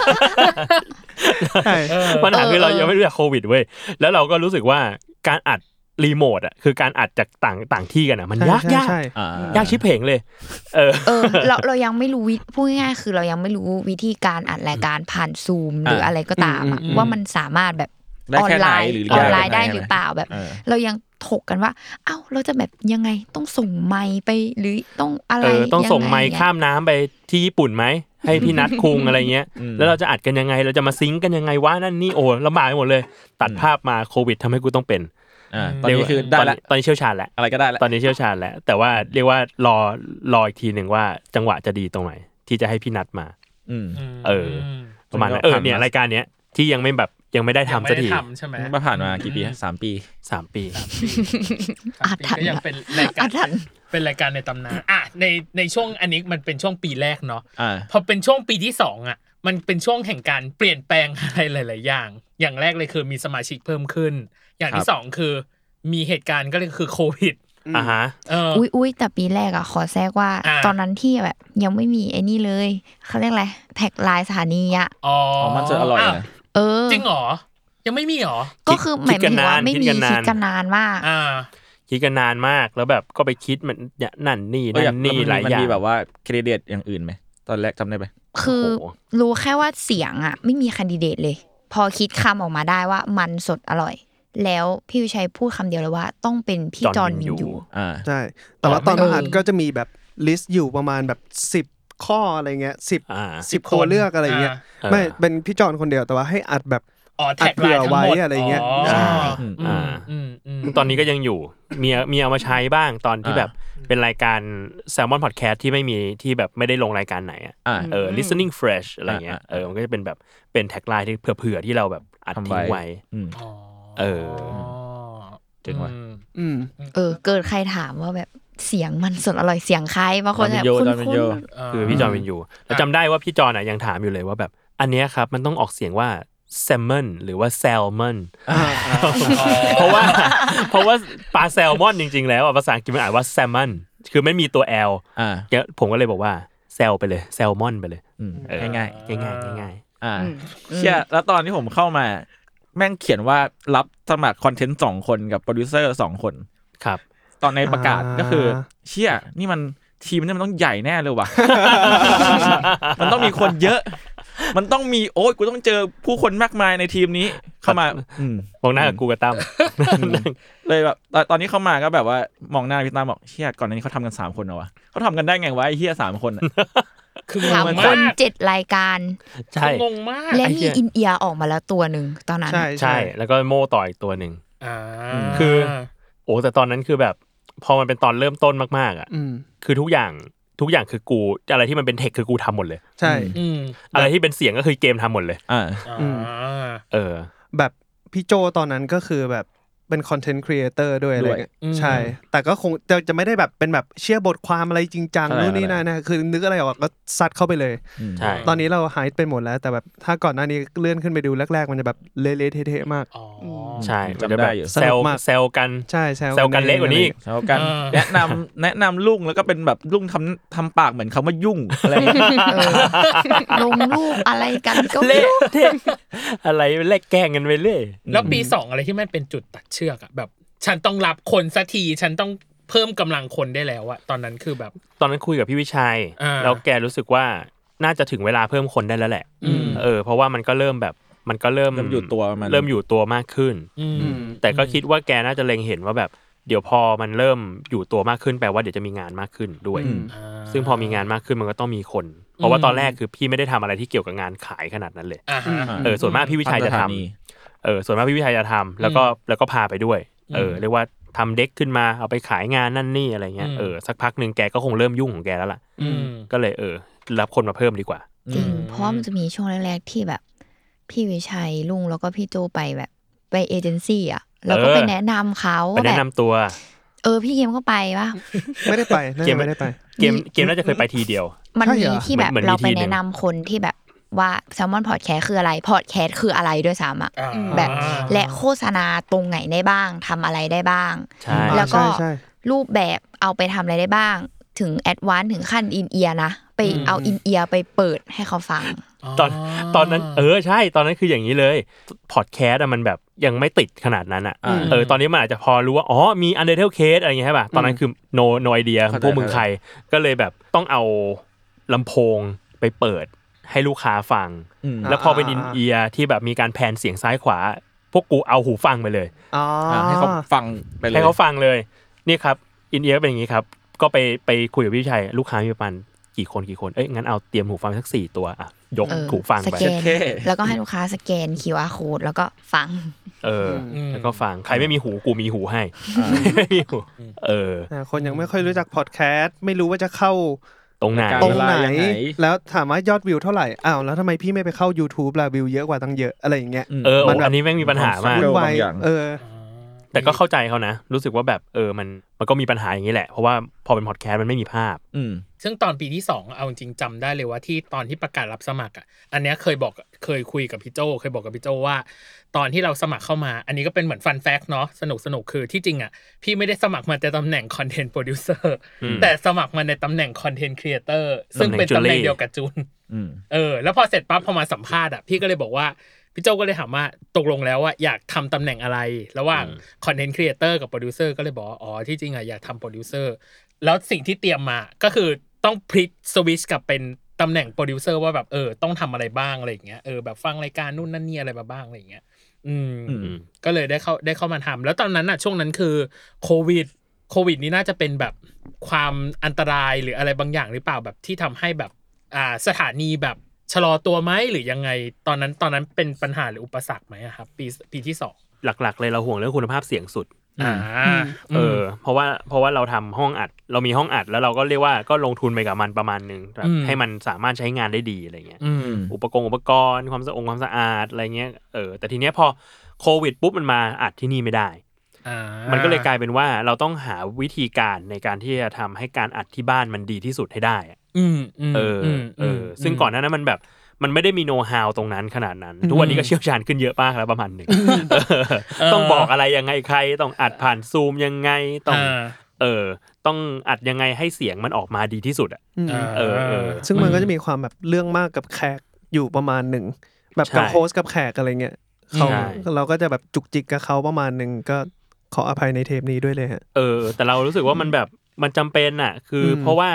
S5: ใช่
S1: ปัญหาคือ
S4: เออ
S1: เรายังไม่รู้จักโควิดเว้ย แล้วเราก็รู้สึกว่าการอัดรีโมทอ่ะคือการอัดจากต่างต่างที่กันอ่ะมันยาก
S5: ใช่
S1: ยาก
S5: ใช่
S3: อ่าย
S1: ากชิบเพงเลย เออ
S4: เออ เราเรายังไม่รู้วิพูดง่ายๆคือเรายังไม่รู้วิธีการอัดรายการผ่านซูมหรืออะไรก็ตามอะ
S5: อืม
S4: ว่ามันสามารถแบบ
S3: ได้
S4: ออน
S3: แค่
S4: ไล
S3: ไหน
S4: น์
S3: หรือ
S4: ออนไล
S3: ยาก
S4: น์
S3: แบบ
S4: ได้
S3: หน
S4: หรือเปล่าแบบ
S3: เออ
S4: เรายังถกกันว่า เอ้าเราจะแบบยังไงต้องส่งไมค์ไปหรือต้องอะไร
S1: เออต้องส่งไมค์
S4: ยั
S1: ข้ามน้ำไปที่ญี่ปุ่นไหม ให้พี่นัดคุง อะไรเงี้ย
S3: อืม
S1: แล้วเราจะอัดกันยังไง เราจะมาซิงก์กันยังไงวะนั่นนี่โอ้ลำบากไปหมดเลย ตัดภาพมาโควิดทำให้กูต้องเป็น
S3: อ่าตอนนี้คือได้ละ
S1: ตนนี้ตอนนี้เชี่ยวชาญแล้ว
S3: อะไรก็ได้ละ
S1: ตอนนี้เชี่ยวชาญแล้ว แต่ว่าเรียกว่ารอรออีกทีหนึ่งว่าจังหวะจะดีตรงไหนที่จะให้พี่นัดมา
S3: อืม
S1: เออ ประมาณนั้นเออเนี่ยรายการเนี้ยที่ยังไม่แบบยังไม่ได้
S2: ยัง
S1: ทำ
S2: ไม่
S1: สัก
S2: ได้
S1: ที
S2: ทำใช่ไหม
S3: มาผ่านมากี่ปีฮะสามปี
S1: สามปี
S4: อาถรร
S2: ก็
S4: พ์
S2: ยัง
S4: อะ
S2: เป็นรายกา
S4: อาถร
S2: ร
S4: รพ์
S2: เป็นรายการในตำนานอ่ะในในช่วงอันนี้มันเป็นช่วงปีแรกเนาะ
S3: อ่า
S2: พอเป็นช่วงปีที่สองอ่ะ มันเป็นช่วงแห่งการเปลี่ยนแปลงอะไรหลาย ๆ อย่าง อย่างแรกเลยคือมีสมาชิกเพิ่มขึ้น อย่างที่
S3: ครับ
S2: สองคือ มีเหตุการณ์ก็เลยคือโควิด
S1: อ่าฮะ
S2: เอออ
S4: อุ้ยอุ้ยแต่ปีแรกอะขอแทรกว่า
S2: อ่า
S4: ตอนนั้นที่แบบยังไม่มีไอ้นี่เลยเขาเรียกอะไรแท็กไลน์สถานีอะ
S2: อ๋อ
S3: อ๋อมันจะอร่อยนะ
S4: เออ
S2: จริงเหรอ ยังไม่มีเหรอ
S4: ก็คือหมาย
S1: คิดกัน
S4: ถึง
S1: นา
S4: ว่าน ไม่
S1: คิด
S4: มี
S1: กันนาน
S4: คิดกันนานมาก
S2: อ่า
S1: คิดกันนานมากแล้วแบบก็ไปคิดมันเนี่ยนั่นนี่
S3: ก็อยา
S1: นั่
S3: ก
S1: น
S3: นี่
S1: นี่หลาย
S3: มัน
S1: อย่าง
S3: มีแบบว่าเครดิตอย่างอื่นไหม ตอนแรกจำได้ไหม
S4: คือ
S1: โอ้โห
S4: รู้แค่ว่าเสียงอะไม่มีแคนดิเดตเลย พอคิดคำออกมาได้ว่ามันสดอร่อย แล้วพี่วิชัยพูดคำเดียวเลยว่าต้องเป็นพี่จ
S1: จ
S4: อ
S1: อห์
S4: ห์น
S1: นวิ
S4: วิน
S1: นยู
S4: ยู
S3: อ่า
S5: ใช่ แต่ว่าตอน
S4: เออ
S5: อาหารก็จะมีแบบลิสต์อยู่ประมาณแบบสิบข้ออะไรเงี้ยสิบ
S1: อ่า
S5: สิบตัวเลือกอะไรเงี้ย
S1: อ่า
S5: ไม่เป็นพี่จอนคนเดียวแต่ว่าให้อัดแบบ
S2: อ๋อแท็กไลน์ทั้งหม
S5: อัด
S2: ด
S5: เผื่อไว้อะไรเงี้ย
S1: ใช่
S2: อืม
S1: อ่า
S2: อืมอืม
S1: ตอนนี้ก็ยังอยู่มีมีเอามาใช้บ้างตอนที่
S3: อ่า
S1: แบบเป็นรายการ s ซ l m o n Podcast ที่ไม่มีที่แบบไม่ได้ลงรายการไหนอะ
S3: อ่า
S1: เออ listening fresh อะไรเงี้ย
S3: อ่า
S1: เออมันก็จะเป็นแบบเป็นแท็กไลน์ที่เผื่อๆที่เราแบบอัด
S3: ทำ
S1: ทิ้ง
S3: ไว้
S1: ไว้
S3: อืม
S2: อ๋อ
S1: เออ
S3: เจ๋งว่ะ
S2: อืม
S5: อืม
S4: เออ เกิดใครถามว่าแบบเสียงมันสดอร่อยเสียงใครบางคนแบบ
S3: จ
S4: คุ
S3: อห์
S4: ณ
S3: นวิน
S4: คุ
S3: ยู
S4: ณ
S1: คือพี่จอห์นวินยูแล้วจำได้ว่าพี่จอห์นอะยังถามอยู่เลยว่าแบบอันเนี้ยครับมันต้องออกเสียงว่า salmon หรือว่า salmon เพราะว่าเพราะว่าปลาแซลมอนจริงๆแล้วอะภาษาอังกฤษมันอ่านว่า salmon คือไม่มีตัว L
S3: อ่า
S1: เนี่ยผมก็เลยบอกว่าแซลไปเลยแซลมอนไปเลย
S3: อืม
S1: เออ
S3: ง่าย
S1: ง่ายง่ายๆง่าย
S3: ๆอ่าเชี่ยแล้วตอนที่ผมเข้ามา แม่งเขียนว่ารับสมัครคอนเทนต์สองคนกับโปรดิวเซอร์สองคน
S1: ๆครับ
S3: ตอนในประกาศ
S5: อ่า
S3: ก็คือ เชี่ยนี่มันทีมนี่มันต้องใหญ่แน่เลย ว่ะ มันต้องมีคนเยอะ มันต้องมีโอ๊ยกูต้องเจอผู้คนมากมายในทีมนี้เข้ามา อืม
S1: มองหน้ากับกูกับตั้ม
S3: เลยแบบตอนตอนนี้เขามาก็แบบว่ามองหน้าพี่ตามบอกเชี่ยก่อนหน้านี้เขาทำกันสามคนเหรอวะเขาทำกันได้ไงวะไอ้เฮียสาม คนอะ
S2: คือ
S4: สาม
S2: งง
S4: คน
S2: มาก
S4: เจ็ดรายการ
S1: ใช่
S2: งงมาก
S4: และ
S1: ไอ้
S4: มี
S1: เหี้ย
S4: อินเอียร์ออกมาแล้วตัวหนึ่งตอนนั้น
S5: ใช่
S4: อะ
S1: ใช่
S5: ใช่
S1: แล้วก็โม่ต่ออีกตัวหนึ่ง
S2: อ่า
S1: คือ โอ้แต่ตอนนั้นคือแบบ พอมันเป็นตอนเริ่มต้นมากๆอ่ะ
S5: อืม
S1: คือทุกอย่างทุกอย่างคือกูอะไรที่มันเป็นเทคคือกูทำหมดเลย
S5: ใช่
S2: อืม
S1: อะไรที่เป็นเสียงก็คือเกมทำหมดเลย
S3: อ่า
S5: อืม
S2: อ่า
S1: เออ
S5: แบบพี่โจตอนนั้นก็คือแบบเป็นคอนเทนต์ครีเอเตอร์ด้วยอะไร
S3: ด้วย
S5: เงี้ยใช่ แต่ก็คงจะจะไม่ได้แบบเป็นแบบเชื่อบทความอะไรจริงจัง
S3: อะไร
S5: นู่นนี่
S3: อะไร
S5: นั่นนะคือนึกอะไรออกก็ซัดเข้าไปเลย
S1: ใช่
S5: ตอนนี้เราหายไปหมดแล้ว แต่แบบถ้าก่อนหน้านี้เลื่อนขึ้นไปดูแรก ๆ มันจะแบบเละๆเทะๆมาก
S2: อ๋อ
S1: ใช่
S3: จำได้อยู่
S1: แซล
S5: สนุกมาก
S1: แซลกัน
S5: ใช่ใช่
S1: แซวกันเละกว่านี้อีก
S3: เท่ากันแนะนำแนะนำลุงแล้วก็เป็นแบบลุงทำทำปากเหมือนเขามายุ่งอะไรอย่างเงี้ย
S4: เออลงรูปอะไรกันก็ไม่
S1: เละ
S4: รู้
S1: เทะอะไรเละแกล้งกันไปเรื่อย
S2: แล้วปีสองอะไรที่มันเป็นจุดตัดเชือกอะแบบ ฉันต้องรับคนสักทีฉันต้องเพิ่มกำลังคนได้แล้วอะตอนนั้นคือแบบ
S1: ตอนนั้นคุยกับพี่วิชัย
S2: อ่า
S1: แล้วแกรู้สึกว่าน่าจะถึงเวลาเพิ่มคนได้แล้วแหละ
S2: อืม
S1: เออเพราะว่ามันก็เริ่มแบบมันก็เริ่ม
S3: เริ่มอยู่ตัวมัน
S1: เริ่มอยู่ตัวมากขึ้น
S2: อืม
S1: แต่ก็คิดว่าแกน่าจะเล็งเห็นว่าแบบ เดี๋ยวพอมันเริ่มอยู่ตัวมากขึ้นแปลว่าเดี๋ยวจะมีงานมากขึ้นด้วย
S3: อืม
S1: ซึ่งพอมีงานมากขึ้นมันก็ต้องมีคน เพราะว่าตอนแรกคือพี่ไม่ได้ทำอะไรที่เกี่ยวกับงานขายขนาดนั้นเลย
S2: อ่าฮะ
S1: เออส่วนมากพี่วิชัยจะทำ
S3: สถานี
S1: เออส่วนมากพี่วิชัยจะทำแล้วก็แล้วก็พาไปด้วย เออ
S2: อืม
S1: เรียกว่าทำเด็กขึ้นมาเอาไปขายงานนั่นนี่อะไรเงี้ย
S2: อืม
S1: เออสักพักหนึ่งแกก็คงเริ่มยุ่งของแกแล้วล่ะ
S2: อืม
S1: ก็เลยเออรับคนมาเพิ่มดีกว่า
S4: จริง เพราะว่ามันจะมีช่วงแรกๆที่แบบ พี่วิชัยลุงแล้วก็พี่โจไปแบบไปเอเจนซี่อ่ะแล้วก็
S1: เออ
S4: ไปแนะนำเขา
S1: ไป
S4: ว่าแบ
S1: แนะ
S4: บ
S1: นำตัว
S4: เออพี่เกมก็ไปปะ
S5: ไม่ได้ไปน่า
S1: เก
S5: จะ
S1: ม
S5: ไม่ได้ไป
S1: เกมเกมน่าจะเคยไปทีเดียว
S4: มัน
S5: ใช่
S4: มี
S5: เหรอ
S4: ที่แบบ
S1: เหมือน
S4: เรา
S1: เหมื
S4: ไป
S1: อนมีทีหนึ่ง
S4: แนะนำคนที่แบบว่าแซลมอนพอดแคสคืออะไรพอดแคสคืออะไรด้วยซ้ำอ่ะ
S2: อ่า
S4: แบบและโฆษณาตรงไหนได้บ้างทำอะไรได้บ้าง
S1: ใช่
S5: อ่า
S4: แล้วก็
S5: ใช่ใช่
S4: รูปแบบเอาไปทำอะไรได้บ้าง ถึงแอดวานถึงขั้นอินเอียนะ ไปเอาอินเอียไปเปิดให้เขาฟัง
S1: ตอนตอนนั้นเออใช่ ตอนนั้นคืออย่างนี้เลยพอดแคสต์อะมันแบบยังไม่ติดขนาดนั้นอะ
S3: อืม
S1: เออตอนนี้มันอาจจะพอรู้ว่าอ๋อมี u n d e r t a l e case อะไรอย่างเงี้ยใช่ป่ะตอนนั้นคือ no no idea
S3: เข้าใจ
S1: พวกมึงใครก็เลยแบบต้องเอาลำโพงไปเปิดให้ลูกค้าฟัง
S3: อืม
S1: แล้วพอเป็น
S5: อ่า
S1: อินเอียร์ที่แบบมีการแผนเสียงซ้ายขวา พวกกูเอาหูฟังไปเลย
S5: อ๋อ
S3: อ่ะให้เขาฟังไปเลย
S1: ให้เขาฟังเลยนี่ครับอินเอียร์เป็นอย่างนี้ครับ ก็ไปไปคุยกับพี่ชัยลูกค้ามีประมาณกี่คนกี่คนเอ้ยงั้นเอาเตรียมหูฟังสักสี่ตัวอ่ะยก
S4: เออ
S1: หูฟัง
S4: ส
S1: ไป
S4: แกนแล้วก็ให้ลูกค้าสแกน QR code แล้วก็ฟัง
S1: เอออ
S2: ม
S1: แล้วก็ฟัง ใครไม่มีหูกูมีหูให้ไม่มีหูเออ
S5: อ่าคนยังไม่ค่อยรู้จักพอดแคสต์ไม่รู้ว่าจะเข้า
S1: ตรงไหน
S3: การ
S5: ตรง
S3: เวลา
S5: ไหน
S3: ยังไง
S5: แล้วถามว่ายอดวิวเท่าไหร่อ้าวแล้วทำไมพี่ไม่ไปเข้า YouTube ล่ะวิวเยอะกว่าตั้งเยอะอะไรอย่างเงี้ย
S3: ม
S1: เออโอ้
S5: มันแบบ
S1: อันนี้แม่งมีปัญหามาก
S5: วุ่นวาย
S3: บางอย่าง
S5: เออ
S1: แต่ก็เข้าใจเขานะ รู้สึกว่าแบบเออมันมันก็มีปัญหาอย่างนี้แหละ เพราะว่าพอเป็นพอดแคสต์มันไม่มีภาพ
S3: อืม
S2: ซึ่งตอนปีที่สองเอาจริงๆจำได้เลยว่าที่ตอนที่ประกาศรับสมัครอ่ะอันเนี้ยเคยบอกเคยคุยกับพี่โจเคยบอกกับพี่โจว่า ตอนที่เราสมัครเข้ามา อันนี้ก็เป็นเหมือนฟันแฟกเนาะสนุกสนุกคือที่จริงอ่ะพี่ไม่ได้สมัครมาแต่ตำแหน่งคอนเทนต์โปรดิวเซอร์
S1: อืม
S2: แต่สมัครมาในตำแหน่งคอนเทนต์ครีเอเตอร์ซึ่งเป็น
S1: ตำ
S2: ตำ
S1: แห
S2: แห
S1: น่
S2: น่
S1: ง
S2: งเดียวกับจูน
S3: อืม
S2: เออแล้วพอเสร็จปั๊บพอมาสัมภาษณ์อ่ะพี่ก็เลยบอกว่า พี่โจก็เลยถามว่าตกลงแล้วว่าอยากทำตำแหน่งอะไร ระหว่างคอนเทนต์ครีเอเตอร์กับโปรดิวเซอร์ก็เลยบอกว่าอ๋อที่จริงอ่ะอยากทำโปรดิวเซอร์แล้วสิ่งที่เตรียมมาก็คือต้องพลิกสวิชกลับเป็นตำแหน่งโปรดิวเซอร์ว่าแบบเออต้องทำอะไรบ้างอะไรอย่างเงี้ยเออแบบฟังรายการนู่นนั่นนี่อะไรมาบ้างอะไรอย่างเงี้ยอืม
S3: อืม
S1: อืม
S2: ก็เลยได้เข้าได้เข้ามาทำแล้วตอนนั้นอ่ะช่วงนั้นคือโควิดโควิดนี่น่าจะเป็นแบบความอันตรายหรืออะไรบางอย่างหรือเปล่าแบบที่ทำให้แบบอ่าสถานีแบบชะลอตัวไหมหรือยังไง ตอนนั้นตอนนั้นเป็นปัญหาหรืออุปสรรคไหมอะครับปีปีที่สอง
S1: หลักๆ เลยเราห่วงเรื่องคุณภาพเสียงสุด
S2: อ่า
S1: เออ เพราะว่าเพราะว่าเราทำห้องอัด เรามีห้องอัดแล้วเราก็เรียกว่าก็ลงทุนไปกับมันประมาณหนึงแบบให้มันสามารถใช้งานได้ดีอะไรเงี้ย
S2: อืม
S1: อุปกรณ์อุปกรณ์ความสะองความสะอาดอะไรเงี้ยเออแต่ทีเนี้ยพอโควิดปุ๊บมันมาอัดที่นี่ไม่ได้
S2: อ่ามั
S1: มันก็เลยกลายเป็นว่าเราต้องหาวิธีการในการที่จะทำให้การอัดที่บ้านมันดีที่สุดให้ได้อะเอออเออ ซึ่งก่อนหน้านั้นมันแบบมันไม่ได้มีโน้ตฮาวตรงนั้นขนาดนั้น ทุกวันนี้ก็เชี่ยวชาญขึ้นเยอะมากแล้วประมาณหนึ่งเออต้องบอกอะไรยังไงใคร ต้องอัดผ่านซูมยังไงต้องเออ ต้องอัดยังไงให้เสียงมันออกมาดีที่สุดอะ เออเออ
S5: ซึ่งมันก็จะมีความแบบเรื่องมากกับแขกอยู่ประมาณหนึ่งแบบกับ
S1: ใช่
S5: โฮสกับแขกอะไรเงี้ยเขา
S1: ใช่
S5: เราก็จะแบบจุกจิกกับเขาประมาณหนึ่งก็ขออภัยในเทปนี้ด้วยเลยฮะ
S1: เออ แต่เรารู้สึกว่ามันแบบมันจำเป็นอ่ะ คืออ
S5: ม
S1: เพราะว่า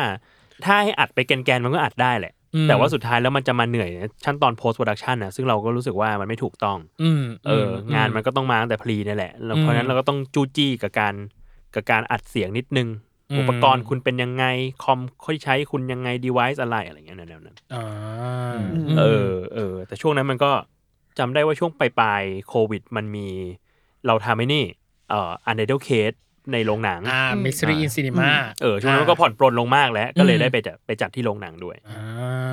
S1: ถ้าให้อัดไปแกนๆมันก็อัดได้แหละ
S2: อืม
S1: แต่ว่าสุดท้ายแล้วมันจะมาเหนื่อยในชั้นตอน post production นะซึ่งเราก็รู้สึกว่ามันไม่ถูกต้อง
S2: อืม
S1: เออองานมันก็ต้องมาตั้งแต่พรีนี่แหละแล้วเพราะฉะนั้นเราก็ต้องจู้จี้กับการกับการอัดเสียงนิดนึง อุปกรณ์คุณเป็นยังไง คอมค่อยใช้คุณยังไง device อะไรอะไรอย่างเงี้ยแนวๆนั้น
S2: อ่า
S1: เออเออ แต่ช่วงนั้นมันก็จำได้ว่าช่วงปลายๆโควิด มันมีเราทำไอ้นี่เอ่อ u n d e r t a l e case ในโรงหนัง
S2: อ่ามิสซิรี่อินซินิมา
S1: เออช่วงนั้นมันก็ผ่อนปลนลงมากแล้ว ก็เลยได้ไปจัดไปจัดที่โรงหนังด้วย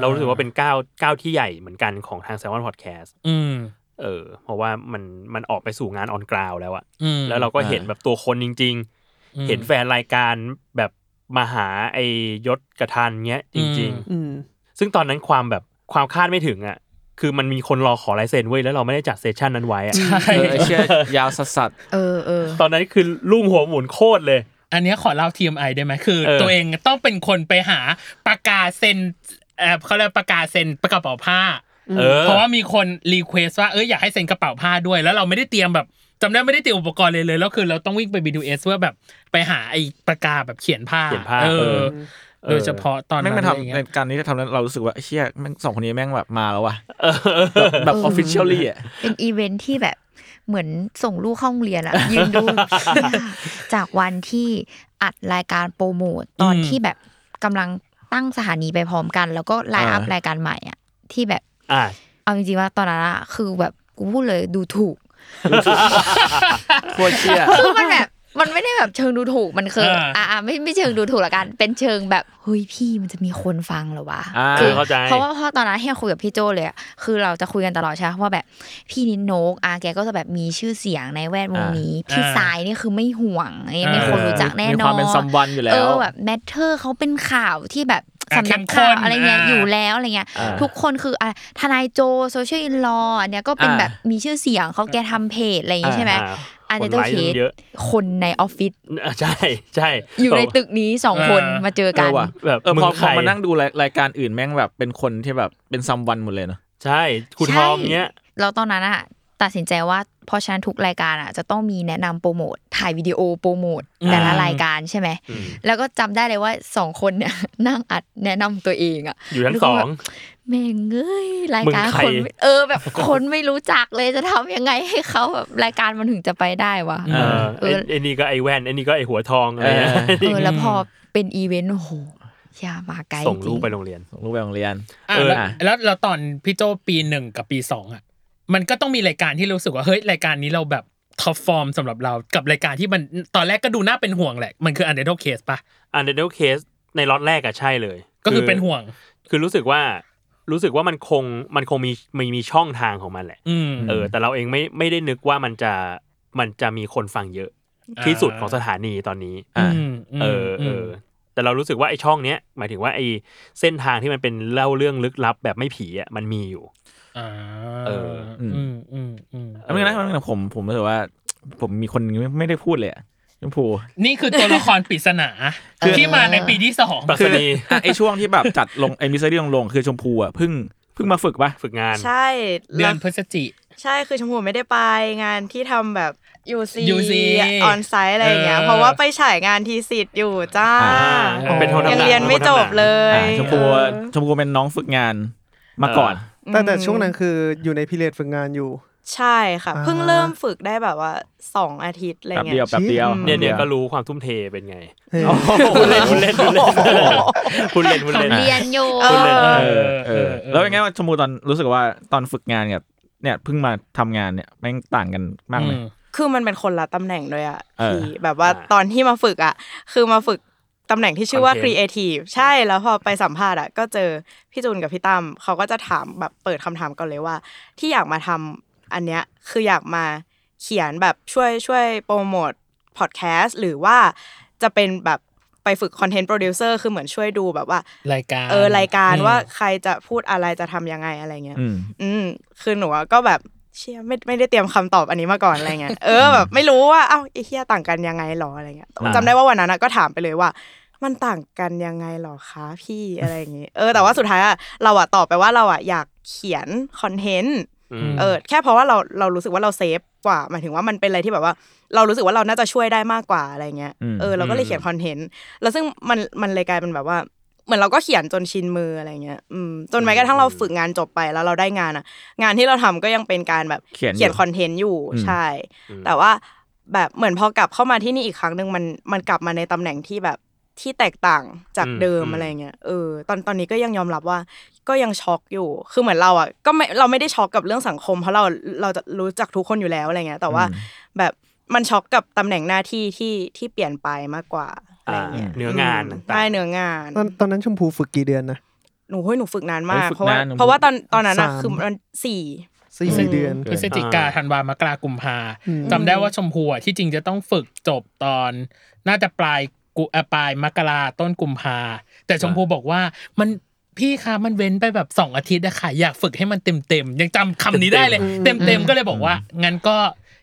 S1: เรารู้สึกว่าเป็นก้าวก้าวที่ใหญ่เหมือนกันของทางแซลมอนพอดแคสต์
S2: อืม
S1: เออ เพราะว่ามันมันออกไปสู่งานออนกราวแล้วอะ
S2: อืม
S1: แล้วเราก็เห็นแบบตัวคนจริง
S2: อืม
S1: ๆ เห็นแฟนรายการแบบมาหาไอ้ยศกระทันเงี้ยจริง
S2: อืม
S5: อืม
S1: ๆ ซึ่งตอนนั้นความแบบความคาดไม่ถึงอะคือมันมีคนรอขอลายเซ็นเว้ยแล้วเราไม่ได้จัดเซสชันนั้นไว้อะ
S3: เออไอ้เชี่ยยาวสัสสัส
S4: เออเออ
S1: ตอนนั้นคือลุ่มหัวหมุนโคตรเลย
S2: อันเนี้ยขอเล่า TMI ได้ไหมคือ
S1: เออ
S2: ตัวเองต้องเป็นคนไปหาปากกาเซ็นเออเขาเรียกปากกาเซ็นกระเป๋าผ้า
S1: เออ
S2: เพราะว่ามีคนรีเควสว่าเอออยากให้เซ็นกระเป๋าผ้าด้วย แล้วเราไม่ได้เตรียมแบบ จำได้ไม่ได้เตรียมอุปกรณ์เลยเลยแล้วคือเราต้องวิ่งไป BDS เพื่อแบบไปหาไอ้ปากกาแบบเขียนผ้า
S1: เขียนผ้า
S2: เอ
S1: เอ
S2: อ
S1: อ
S2: โดยเฉพาะตอน
S3: แม่ง
S2: นั้
S3: มันน
S2: อะไร
S3: ทำใน
S2: เงี้ย
S3: การนี้ทำแล้วเรารู้สึกว่าเชี่ยแม่งสองคนนี้แม่งแบบมาแล้วว่ะแบบแบบออฟฟิเชียลลี่อ่ะ
S4: เป็นอีเวนท์ที่แบบเหมือนส่งลูกเข้าโรงเรี ยนอะยืนดู จากวันที่อัดรายการโปรโมตตอนที่แบบกำลังตั้งสถานีไปพร้อมกัน แล้วก็ไลน์อัพ
S3: อ่าร
S4: รายการใหม่อะที่แบบ
S1: อ่ะ
S4: เอาจริงๆว่าตอนนั้นอะคือแบบกูพูดเลยดูถูก
S3: โคตรเชี่ย
S4: คือมันแบบมันไม่ได้แบบเชิงดูถูกมันคืออ่าไม่ไม่เชิงดูถูกละกัน เป็นเชิงแบบเฮ้ยพี่มันจะมีคนฟังเหรอวะ
S3: อ่า
S1: เออเข้าใจ
S4: เพราะว่าเพราะตอนนั้นที่เราคุยกับพี่โจเลยอะคือเราจะคุยกันตลอดใช่ไหมว่าแบบพี่นินโนกอาแกก็จะแบบมีชื่อเสียงในแวดวงนี้ พี่สายนี่คือไม่ห่วงนี่ไม่คนรู้จักแน่นอน
S3: มีความเป็นซัมวันอยู่แล้
S4: เอ
S3: ว
S4: อแบบแมทเทอร์เขาเป็นข่าวที่แบบ
S2: อ่ะ
S4: สำนัก
S2: เข้มข้น
S4: ข่าวอะไรเงี้ย
S2: อ่า
S4: อยู่แล้วอะไรเงี้ย
S3: อ่า
S4: ทุกคนคืออ่ะทนายโจโซเชียลอินลออันเนี้ยก็เป็น
S3: อ่า
S4: แบบมีชื่อเสียงเขาแกทำเพจอะไรอย่างงี้ใช่ไหม
S1: อ่า
S4: อันเดอร์
S1: คนไล
S4: เค
S1: ค์
S4: ส
S1: เยอะ
S4: คนในออฟฟิศ
S1: อ่ะใช่ใช่
S4: อยู่ในตึกนี้สองคนมาเจอกัน
S3: เออว่ะ
S1: แบบ
S3: เออ
S1: มึ
S3: พอง พ
S1: ใค
S3: อ
S1: ร
S3: มานั่งดูรายรายการอื่นแม่งแบบเป็นคนที่แบบเป็นซัมวันหมดเลยเนาะ
S1: ใช่คุณ
S4: ใช่
S1: ทอมเนี้ย
S4: แล้วตอนนั้นอะตัดสินใจว่าเพราะฉะนั้นทุกรายการอะจะต้องมีแนะนำโปรโมทถ่ายวิดีโอโปรโมทแต่ละรายการใช่ไหม
S1: อืม
S4: แล้วก็จำได้เลยว่าสองคนเนี่ย นั่งอัดแนะนำตัวเองอะ
S1: อยู่ทั้ง
S4: แล้วก็
S1: สอง
S4: แบบแม่งเอ้ยรายการ
S1: มึงใคร
S4: คนไม่เออแบบคนไม่รู้จักเลยจะทำยังไงให้เขาแบบรายการมันถึงจะไปได้วะ
S1: เออ
S4: เออ
S1: ไอ้ไอ้นี่ก็ไอแว่นไอ้นี่ก็ไอหัวทองอะไรเงี้ย
S3: เอ อ
S4: เออแล้วพอเป็นอีเวนต์โอ้โหอย่ามาไกล
S1: ส่ง
S4: จริ
S1: ลูก
S4: ง
S1: ไปโรงเรียน
S3: ส่งลูกไปโรงเรียน
S2: อ่ะ
S1: เออ
S2: แล้ว
S3: อ่ะ
S2: แล้วแล้วตอนพี่โจปีหนึ่งกับปีสองอ่ะมันก็ต้องมีรายการที่รู้สึกว่าเฮ้ยรายการนี้เราแบบท็อปฟอร์มสำหรับเรากับรายการที่มันตอนแรกก็ดูน่าเป็นห่วงแหละมันคืออันเดอร์เคสปะ
S1: อันเดอร์เคสในล็อตแรกอะใช่เลย
S2: ก็คือเป็นห่วง
S1: คือรู้สึกว่ารู้สึกว่ามันคงมันคงมีมีมีช่องทางของมันแหละ
S2: อืม
S1: เออ แต่เราเองไม่ไม่ได้นึกว่ามันจะมันจะมีคนฟังเยอะ ที่สุดของสถานีตอนนี้
S3: อ่า
S2: มม
S1: เอออเอ
S2: ม
S1: อ แต่เรารู้สึกว่าไอ้ช่องเนี้ยหมายถึงว่าไอ้เส้นทางที่มันเป็นเล่าเรื่องลึกลับแบบไม่ผีอ่ะมันมีอยู่
S2: อ่า
S1: เออ
S3: อืม
S2: อืมอืมอืม
S3: แล้วนึงนะแล้วนึงนะผมผมรู้สึกว่า ผมมีคนหนึ่งไม่ได้พูดเลยอะชมพู
S2: นี่คือตัวละครปริศนา
S3: คือ
S2: ที่มาในปีที่สอง
S1: ปรัสนี
S3: อ่ะไอช่วงที่แบบจัดลงไอมิสเตอรี่ลงลงคือชมพูอ่ะเพิ่งเพิ่งมาฝึกปะ
S1: ฝึกงาน
S6: ใช่
S2: เดือ
S6: แล้ว
S2: นพฤศจิ
S6: ใช่คือชมพูไม่ได้ไปงานที่ทำแบบ UC
S2: UC
S6: ออนไซต์อะไรอย่างเงี้ย
S2: เออ
S6: เพราะว่าไปฉายงานทีสิทธิ์อยู่จ้า
S1: อ่าเป็นโทนำหนัก
S6: ยังเรียนไม่จบเลย
S3: อ่าชมพูชมพูเป็นน้องฝึกงานมาก่อน
S5: แต่แต่ช่วงนั้นคืออยู่ในพิเรยดฝึกงานอยู่
S6: ใช่ค่ะ
S5: อ่า
S6: เพิ่งเริ่มฝึกได้แบบว่าสองอาทิตย์อะไร
S3: แป๊บ
S6: เงี้
S3: เดียวย แป๊บเดียว
S6: อืม
S1: เนี่ยเนี่ยก็รู้ความทุ่มเทเป็นไง
S5: เฮ้ย
S3: โอ้โห
S1: คุณเล่นคุณเล่นคุณเล่นคุณเล่นคุณเล่น
S4: เรียนอยู่
S6: เออ
S3: เออ
S2: เอ
S3: เอ
S2: อ
S3: อ
S2: เออ
S3: แล้วยังไงว่าชมพูตอนรู้สึกว่าตอนฝึกงานกับเนี่ยเพิ่งมาทำงานเนี่ยแม่งต่างกันมากเลย
S2: อืม
S6: คือมันเป็นคนละตำแหน่งด้วยอะ
S3: เออ
S6: พี่แบบว่า
S1: อ่า
S6: ตอนที่มาฝึกอะคือมาฝึกตำแหน่งที่ชื่อว่า
S1: Content
S6: ครีเอทีฟใช่แล้วพอไปสัมภาษณ์อะก็เจอพี่จูนกับพี่ตั้มเขาก็จะถามแบบเปิดคำถามก่อนเลยว่า ที่อยากมาทำอันเนี้ยคืออยากมาเขียนแบบช่วยช่วยโปรโมทพอดแคสต์หรือว่าจะเป็นแบบไปฝึกคอนเทนต์โปรดิวเซอร์คือเหมือนช่วยดูแบบว่าร
S2: ายการ
S6: เออรายการ
S2: อืม
S6: ว่าใครจะพูดอะไรจะทำยังไงอะไรเงี้ย
S3: อืม
S6: อืมคือหนูอะก็แบบเชี่ยไม่ไม่ได้เตรียมคำตอบอันนี้มาก่อนอะไรเงี้ย เออแบบไม่รู้ว่าเอ้าไอ้เฮียต่างกันยังไงหรออะไรเงี้ย
S3: อ่า
S6: จำได้ว่าวันนั้นอะก็ถามไปเลยว่า มันต่างกันยังไงหรอคะพี่อะไรอย่างงี้เออแต่ว่าสุดท้ายอะเราอะตอบไปว่าเราอะอยากเขียนคอนเทนต์
S1: อืม
S6: เออแค่เพราะว่าเราเรารู้สึกว่าเราเซฟกว่าหมายถึงว่ามันเป็นอะไรที่แบบว่า เรารู้สึกว่าเราน่าจะช่วยได้มากกว่าอะไรเงี้ย
S3: อืม
S6: เออเราก็เลยเขียนคอนเทนต์แล้วซึ่งมันมันเลยกลายเป็นแบบว่า เหมือนเราก็เขียนจนชินมืออะไรเงี้ยอืมจนแม้กระทั่งเราฝึกงานจบไปแล้วเราได้งานอะงานที่เราทำก็ยังเป็นการแบบ
S3: เขียนอยู่
S6: คอนเทนต์อยู่
S3: อืม
S6: ใช่ แต่ว่าแบบเหมือนพอกลับเข้ามาที่นี่อีกครั้งหนึ่งมันมันกลับมาในตำแหน่งที่แบบที่แตกต่างจากเดิม
S1: อืม
S6: อะไรเงี้ยเออตอนตอนนี้ก็ยังยอมรับว่า ก็ยังช็อกอยู่ คือเหมือนเราอะก็ไม่เราไม่ได้ช็อกกับเรื่องสังคม เพราะเราเราจะรู้จักทุกคนอยู่แล้วอะไรเงี้ย แต่ว่า
S3: อืม
S6: แบบมันช็อกกับตำแหน่งหน้าที่ที่ที่เปลี่ยนไปมากกว่าอะไร
S1: อ่า
S6: เงี้ย
S1: เนื้องาน
S6: อืม
S1: ต่างๆ
S6: ใช่เนื้องาน
S5: ตอนตอนนั้นชมพูฝึกกี่เดือนนะ
S6: หนูเฮ้ยหนูฝึกนานมาก
S3: เออฝึก
S6: เพราะว่าน
S3: านหนู
S6: เพราะว่าตอนตอนนั้นอะ
S5: สาม
S6: คือมันสี่
S5: สี่เดือน
S2: พฤศจิกาธันวามกรากุมภา
S5: อืม
S2: จำได้ว่าชมพูอะที่จริงจะต้องฝึกจบตอน น่าจะปลายกุเอ่อปลายมกราต้นกุมภาแต่ชมพูบอกว่ามันพี่คะมันเว้นไปแบบสองอาทิตย์อะค่ะอยากฝึกให้มันเต็มเต็มๆยังจำคำนี้ได้เลย เต็มเต็มๆก็เลยบอกว่า งั้นก็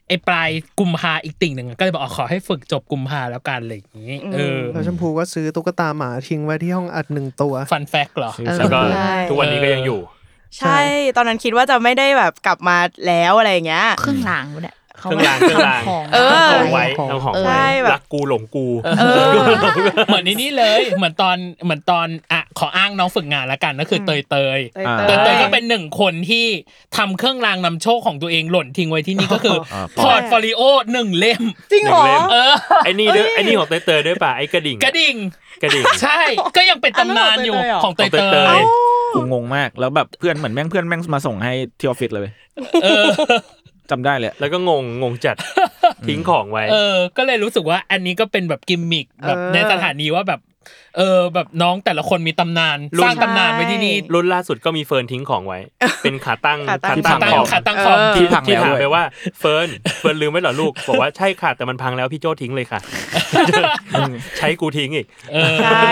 S2: ไอปลายกุมภาอีกติ่งหนึ่งอะก็เลยบอกอ๋อขอให้ฝึกจบกุมภาแล้วกันอะไรอย่างนี้เออ
S5: แล้วชมพูก็ซื้อตุ๊กตาหมาทิ้งไว้ที่ห้องอัดหนึ่งตัว
S2: ฟันแฟกเหรอ
S4: เออ
S1: แล้วก็
S6: ใช่
S1: ทุกวันนี้ก็ยังอยู่
S6: ใช่ ตอนนั้นคิดว่าจะไม่ได้แบบกลับมาแล้วอะไรเงี้ย
S4: ครึ่งหลังเนี่ย เขา
S1: เครื่องรางเครื่องราง
S4: ทำของ
S6: เออ
S1: าไว้เอาของไว้
S6: ใช่แบบ
S1: รักกูหลงกู
S6: เออ
S2: เหมือนในนี้เลย เหมือนตอนเหมือนตอนอ่ะขออ้างน้องฝึกงานละกันก็คือเตยเตยๆ
S3: อ่า
S2: เตยเตยก็เป็นหนึ่งคนที่ทำเครื่องรางนำโชคของตัวเองหล่นทิ้งไว้ที่ นี่ก็คือ
S3: อ่า
S2: พอร์ตโฟลิโอหนึ่งเล่ม
S6: จริงเหรอ
S1: หนึ่งเล่ม
S2: เออ
S1: ไอ้นี่ด้วยไอ้นี่ของเตยเตยด้วยป่ะไอ้กระดิ่ง
S2: กระดิ่ง
S1: กระดิ่ง
S2: ใช่ ก็ยังเป็นตำนานอยู่ของเตยเต
S1: ของเตยเต
S2: ย
S1: ย
S3: กูงงมากแล้วแบบเพื่อนเหมือนแม่งเพื่อนแม่งมาส่งให้ที่ออฟฟิศเลยเว้ย
S2: เออ
S3: จำได้เลย
S1: แล้วก็งงงงจัดทิ้งของไว้
S2: เออ ก็เลยรู้สึกว่าอันนี้ก็เป็นแบบกิมมิคแบบ
S6: เออ
S2: ในสถานีว่าแบบ เออ แบบน้องแต่ละคนมีตำนาน
S1: รุ่น
S2: สร้างตำนานไว้ที่นี่
S1: รุ่นล่าสุดก็มีเฟิร์นทิ้งของไว้ เป็นขาตั้ง
S6: ขาตั้ง
S3: ที่พั
S2: ขาง ตั้ง
S3: แล้ว
S2: ขาตั้งคอม
S6: เออ
S1: ที่
S3: พัง
S1: ที่
S3: แล้ว
S1: ถาม
S3: ด้วย
S1: ไปว่าเฟิร์นเฟิร์นลืมไว้เหรอลูกบอกว่าใช่ค่ะแต่มันพังแล้วพี่โจ้ทิ้งเลยค่ะ ใช้กูทิ้งอีก
S2: เออ
S6: ใช่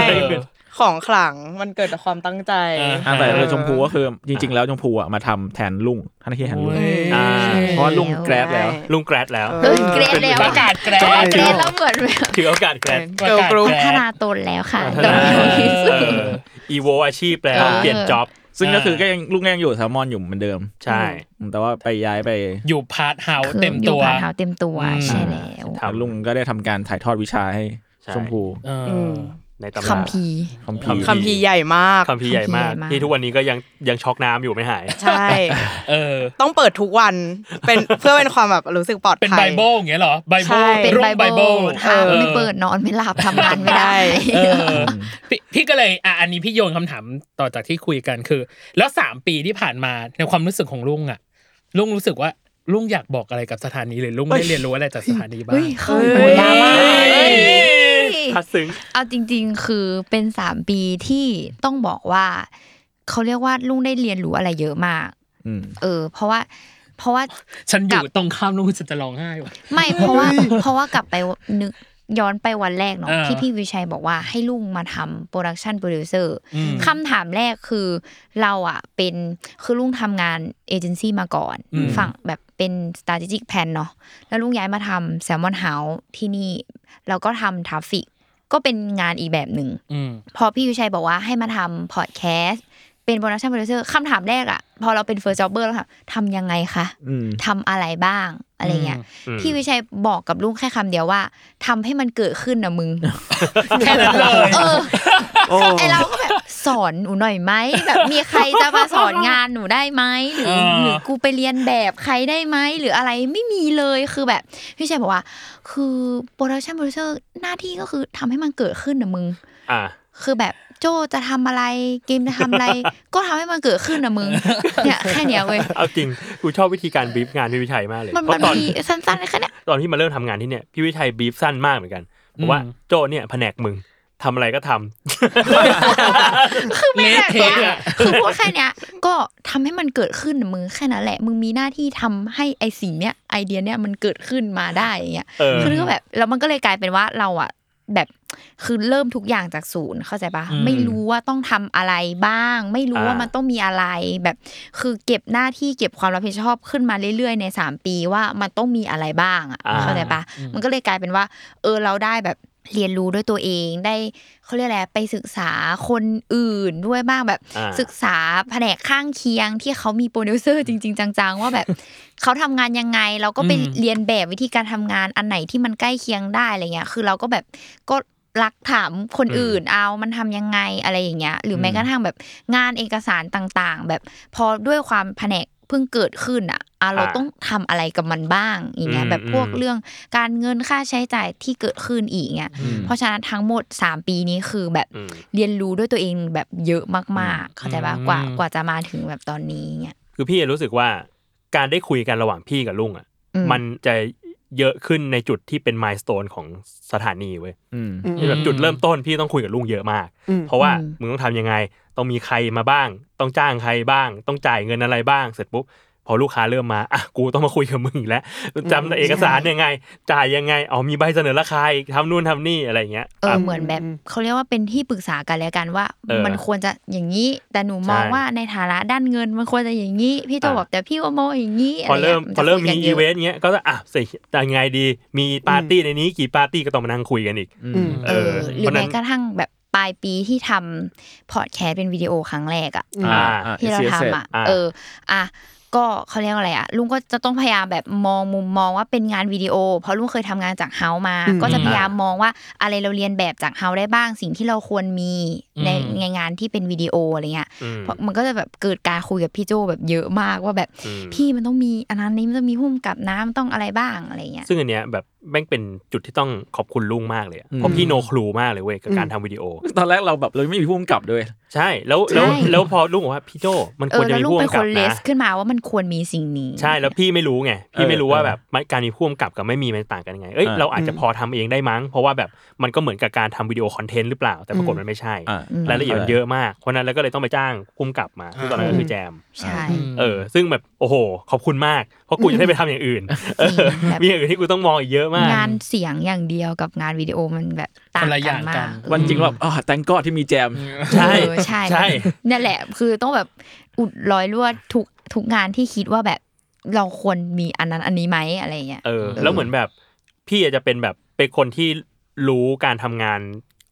S6: ของขลังมันเกิดจากความตั้งใจ
S2: เออ
S3: อ่าแต่เรือชมพูก็คือจริง ๆ แล้วชมพูอ่ะมาทำแทนลุงท่านที่แทนลุง
S2: เว้ย
S1: อ่า
S3: เพราะว่าลุงแกรดแล้ว
S1: ลุงแกรดแล้ว
S4: เออเกรดแล้ว
S2: ประกาศแกร
S4: เกร
S2: ด
S4: ดแล้วเหมือนแบบ
S1: ถือโอกาสแกรด
S2: ประกาศ
S4: พั
S2: แก
S4: ฒ
S2: ร
S4: นา
S2: ด
S4: ตนแล้วค่ะ
S1: เออเอออีโวอาชีพแล้ว
S4: เออ
S1: เปลี่ยนจ็อบ
S3: ซึ่งก็คือ
S2: เออ
S3: ก็ยังลุงก็ยังอยู่แซลมอนอยู่เหมือนเดิม
S1: ใช่
S3: แต่ว่าไปย้ายไป
S2: อยู่พาร์ทเฮาส์
S4: คือ
S2: เต็ม
S4: อยู่
S2: ตัว
S4: ผ่านเท้าเต็มตัว
S2: อืม
S4: ใช่แล้ว
S1: ทำ
S3: ลุงก็ได้ทำการถ่ายทอดวิชาให้ชมพู
S2: เออ
S6: อื
S2: อ
S6: ม
S1: ในตำ
S4: คั
S1: นาม น
S4: ภีร์
S3: คอมพี
S1: คั
S6: คำ
S1: มภีร์
S6: พีร์ใหญ่มาก
S1: คัมภีร์ใหญ่มาก
S4: คัมภีร์ใหญ่มาก
S1: ที่ทุกวันนี้ก็ยังยังช็อกน้ำอยู่ไม่หาย
S6: ใช่
S2: เออ
S6: ต้องเปิดทุกวันเป็น เพื่อเป็นความแบบรู้สึกปลอดภัย
S2: เป็นไบเบิลอย่างเงี้ยเหรอไบ
S6: ใช่
S2: เบิล
S4: เป็น
S2: ร่ม
S4: ไบ
S2: ไบ
S4: เบิ
S2: เบิ
S4: ล
S2: ล
S4: ถ้า
S2: เออ
S4: ไม่เปิดนอนไม่หลับทำงานไม่ได้
S2: เออพี่พี่ก็เลยอ่ะอันนี้พี่โยนคำถามต่อจากที่คุยกันคือ แล้วสามปีที่ผ่านมาในความรู้สึกของลุงอ่ะลุงรู้สึกว่าลุงอยากบอกอะไรกับสถานีหรือลุงได้เรียนรู้อะไรจากสถานีบ้าง
S4: เฮ้ยเข้าโหดราม่า
S2: เฮ้ย
S1: พัดซึ้ง
S4: เอาจริง ๆ คือเป็นสามปีที่ต้องบอกว่าเขาเรียกว่าลุงได้เรียนรู้อะไรเยอะมาก เออ เพราะว่า เพราะว่า
S2: ฉันอยู่ตรงข้ามลุงฉันจะร้องไห้ว่ะ
S4: ไม่เพราะว่าเพราะว่ากลับไปนึกย้อนไปวันแรกเนาะ
S2: เออ
S4: ที่พี่วิชัยบอกว่าให้ลุงมาทำโปรดักชันโปรดิวเซอร์
S2: อืม
S4: คำถามแรกคือเราอ่ะเป็นคือลุงทำงานเอเจนซี่มาก่อน ฝั่งแบบเป็น strategic plan เนาะแล้วลุงย้ายมาทำแซลมอนเฮาส์ที่นี่ แล้วก็ทำทราฟิก ก็เป็นงานอีกแบบหนึ่ง
S2: อืม
S4: พอพี่วิชัยบอกว่าให้มาทำพอดแคสต์เป็นโปรดักชันโปรดิวเซอร์คำถามแรกอะพอเราเป็นเฟิร์สจ็อบเบอร์แล้วค่ะทำยังไงคะทำอะไรบ้างอะไรเงี้ย
S1: อืม
S4: พี่วิชัยบอกกับลุงแค่คำเดียวว่าทำให้มันเกิดขึ้น นะมึง
S2: แค่นั้นเลย
S4: เออไอเราก็แบบสอนหนูหน่อยไหมแบบมีใครจะมาสอนงานหนูได้ไหมหรือ
S2: เออ
S4: หรือกูไปเรียนแบบใครได้ไหมหรืออะไรไม่มีเลยคือแบบพี่วิชัยบอกว่า คือโปรดักชันโปรดิวเซอร์หน้าที่ก็คือทำให้มันเกิดขึ้นนะมึง
S1: อ่ะ
S4: คือแบบโจจะทำอะไรเกมจะทำอะไร ก็ทำให้มันเกิดขึ้นนะมึง เนี่ยแค่เนี้ยเว้ย
S1: เอาจริงกูชอบวิธีการบรีฟงานพี่วิชัยมากเลย
S4: มัน
S1: เพ
S4: มัน
S1: ราะตอน
S4: มีสั้นๆแค่เนี้ย
S1: ตอนที่มาเริ่มทำงานที่เนี่ยพี่วิชัยบรีฟสั้นมากเหมือนกันบอกว่า
S2: อืม
S1: โจเนี่ยแผนกมึงทำอะไรก็ทำ
S4: คือไม่
S2: เละ
S4: แบบ
S2: เทะ
S4: เนี้ย
S2: อะ
S4: คือพูดแค่เนี้ยก็ทำให้มันเกิดขึ้นนะมึงแค่นั้นแหละ มึงมีหน้าที่ทำให้ไอสิ่งเนี้ยไอเดียเนี้ยมันเกิดขึ้นมาได้อย่างเงี้ย
S1: เออ
S4: คือก็แบบแล้วมันก็เลยกลายเป็นว่าเราอะแบบคือเริ่มทุกอย่างจากศูนย์เข้าใจปะ
S2: อืม
S4: ไม่รู้ว่าต้องทำอะไรบ้าง ไม่รู้ว่า
S1: อ่ามั
S4: มันต้องมีอะไร แบบคือเก็บหน้าที่เก็บความรับผิดชอบขึ้นมาเรื่อยๆ ใน 3 ปีว่ามันต้องมีอะไรบ้างอะ
S1: อ่า
S4: เข้าใจปะมันก็เลยกลายเป็นว่า เออเราได้แบบเรียนรู้ด้วยตัวเองได้เขาเรียกอะไรไปศึกษาคนอื่นด้วยบ้างแบบ
S1: อ่า
S4: ศึกษาแผนกข้างเคียงที่เขามีโปรดิวเซอร์จริง ๆ จัง ๆ ว่าแบบ เขาทำงานยังไง เราก็ไป
S2: อืม
S4: เรียนแบบวิธีการทำงานอันไหนที่มันใกล้เคียงได้อะไรเงี้ย คือเราก็แบบก็รักถามคนอื่นเอามันทำยังไงอะไรอย่างเงี้ย หรือแม้กระทั่งแบบงานเอกสารต่างๆ แบบพอด้วยความแผนกเพิ่งเกิดขึ้นอ่ะอ่ะเรา
S1: อ่า
S4: ต้องทำอะไรกับมันบ้างอย่างเงี้ย
S1: อืม
S4: แบบพวก
S1: อืม
S4: เรื่องการเงินค่าใช้จ่ายที่เกิดขึ้นอีกเงี้ย เพราะฉะนั้นทั้งหมด 3 ปีนี้คือแบบ
S1: อืม
S4: เรียนรู้ด้วยตัวเองแบบเยอะมาก ๆ เข้าใจปะ
S2: อืม
S4: กว่ากว่าจะมาถึงแบบตอนนี้เนี่ย
S1: คือพี่รู้สึกว่าการได้คุยกันระหว่างพี่กับลุงอ่ะ
S4: อื
S1: มันจะเยอะขึ้นในจุดที่เป็นมายสเตนของสถานีเว้ยที่แบบจุดเริ่มต้นพี่ต้องคุยกับลุงเยอะมาก
S5: อืม
S1: เพราะว่ามึงต้องทำยังไง ต้องมีใครมาบ้าง ต้องจ้างใครบ้าง ต้องจ่ายเงินอะไรบ้างเสร็จปุ๊บพอลูกค้าเริ่มมาอ่ะกูต้องมาคุยกับมึงอีกแล้วจำเอกสารยังไง จ่ายยังไงอ๋อมีใบเสนอราคาอีกทำนู่นทำนี่อะไรอย่างเงี้ย
S4: เออเหมือนแบบเขาเรียกว่าเป็นที่ปรึกษากันแล้วกันว่า
S1: เออ
S4: มันควรจะอย่างนี้ แต่หนูมอง
S1: ใช่
S4: ว่าในฐานะด้านเงินมันควรจะอย่างนี้ พี่โจ
S1: อ่ะ
S4: บอกแต่พี่ว่าโมองอย่างนี้
S1: พอเริ่มพ
S4: ะไงี้
S1: อ
S4: ย
S1: เริ่ม
S4: จะ
S1: มี
S4: คุยกัยะ
S1: อีเวนต์เงี้ยก็จะอ่ะสิจะยังไงดีมีปาร์ตี้ในนี้กี่ปาร์ตี้ก็ต้องมานั่งคุยกันอีก
S5: อืม
S4: เออหรือ
S1: เพราะฉะนั้
S4: แม้
S1: น
S4: กระทั่งแบบปลายปีที่ทำพอดแคสต์เป็นวิดีโอครั้งแรกอะ
S1: อ่า
S4: ที่เราทำอ่ะ
S1: อ่า
S4: เออ อ่ะ ก็เขาเรียกว่าอะไรอะลุงก็จะต้องพยายามแบบมองมุมมองว่าเป็นงานวิดีโอ เพราะลุงเคยทำงานจากเฮามา
S5: อืม
S4: ก็จะพยายามมองว่าอะไรเราเรียนแบบจากเฮาได้บ้าง สิ่งที่เราควรมีใน
S2: อืม
S4: ในงานที่เป็นวิดีโออะไรเงี้ย
S1: อืม
S4: เพราะมันก็จะแบบเกิดการคุยกับพี่โจแบบเยอะมากว่าแบบ
S1: อืม
S4: พี่มันต้องมีอันนั้นนี้มันต้องมีหุ้มกับน้ำมันต้องอะไรบ้างอะไรเงี้ย
S1: ซึ่งอันเนี้ยแบบแม่งเป็นจุดที่ต้องขอบคุณลุงมากเลยอะ
S3: อืม
S1: เพราะพี่โนครูมากเลยเว้ยกับการทำวิดีโอ
S3: ตอนแรกเราแบบเราไม่มีผู้กำกับด้วย
S1: ใช่แล้วแล้ว
S4: ใช่
S1: แล้วพอลุงบอกว่าพี่โจมัน
S4: เอ
S1: ควร
S4: อ
S1: จะ
S4: แล้ว
S1: มี
S4: ลูก
S1: พ่วง
S4: เป็นค
S1: กับ
S4: นเล
S1: นะ
S4: สขึ้นมาว่ามันควรมีสิ่งนี้
S1: ใช่แล้วพี่ไม่รู้ไงพี่ไม่รู้
S3: เออ
S1: ว่า
S3: เออ
S1: แบบมันการมีพ่วงกับกับไม่มีมันต่างกันยังไงเอ้ย
S3: เออ
S1: เราอาจจะพอทำเองได้มั้ง เพราะว่าแบบมันก็เหมือนกับการทำวิดีโอคอนเทนต์หรือเปล่า แต่ปรากฏมันไม่ใช่
S3: อ่าร
S1: ายละเอียด
S3: อืม
S1: เยอะมากเพราะฉะนั้นแล้วก็เลยต้องไปจ้างพ่วงกับมาซึ่งตอนนั้นก็คือแจม
S4: ใช่
S1: เออซึ่งแบบโอ้โห ขอบคุณมาก เพราะกูจะได้ไปทำอย่างอื่นเออ
S4: จริงแบบ
S1: มีอย่างอื่นที่กูต้องมองอีกเยอะมาก
S4: งานเสียงอย่างเดียวกับงานวิดีโอมันแบบต่าง
S2: คนละอ
S4: กั
S2: ย่าน ง
S4: มา
S2: กั
S4: ก
S2: น
S3: วันจริงเราแบบอ๋อแตงกอที่มีแจม
S1: ใช่
S4: เออใช่
S1: ใช่
S4: นั่นแหละ คือต้องแบบอุดรอยรั่วทุกทุกงานที่คิดว่าแบบเราควรมีอันนั้นอันนี้ไหมอะไรเงี้ย
S1: เออ แล้วเหมือนแบบพี่อาจจะเป็นแบบเป็นคนที่รู้การทำงาน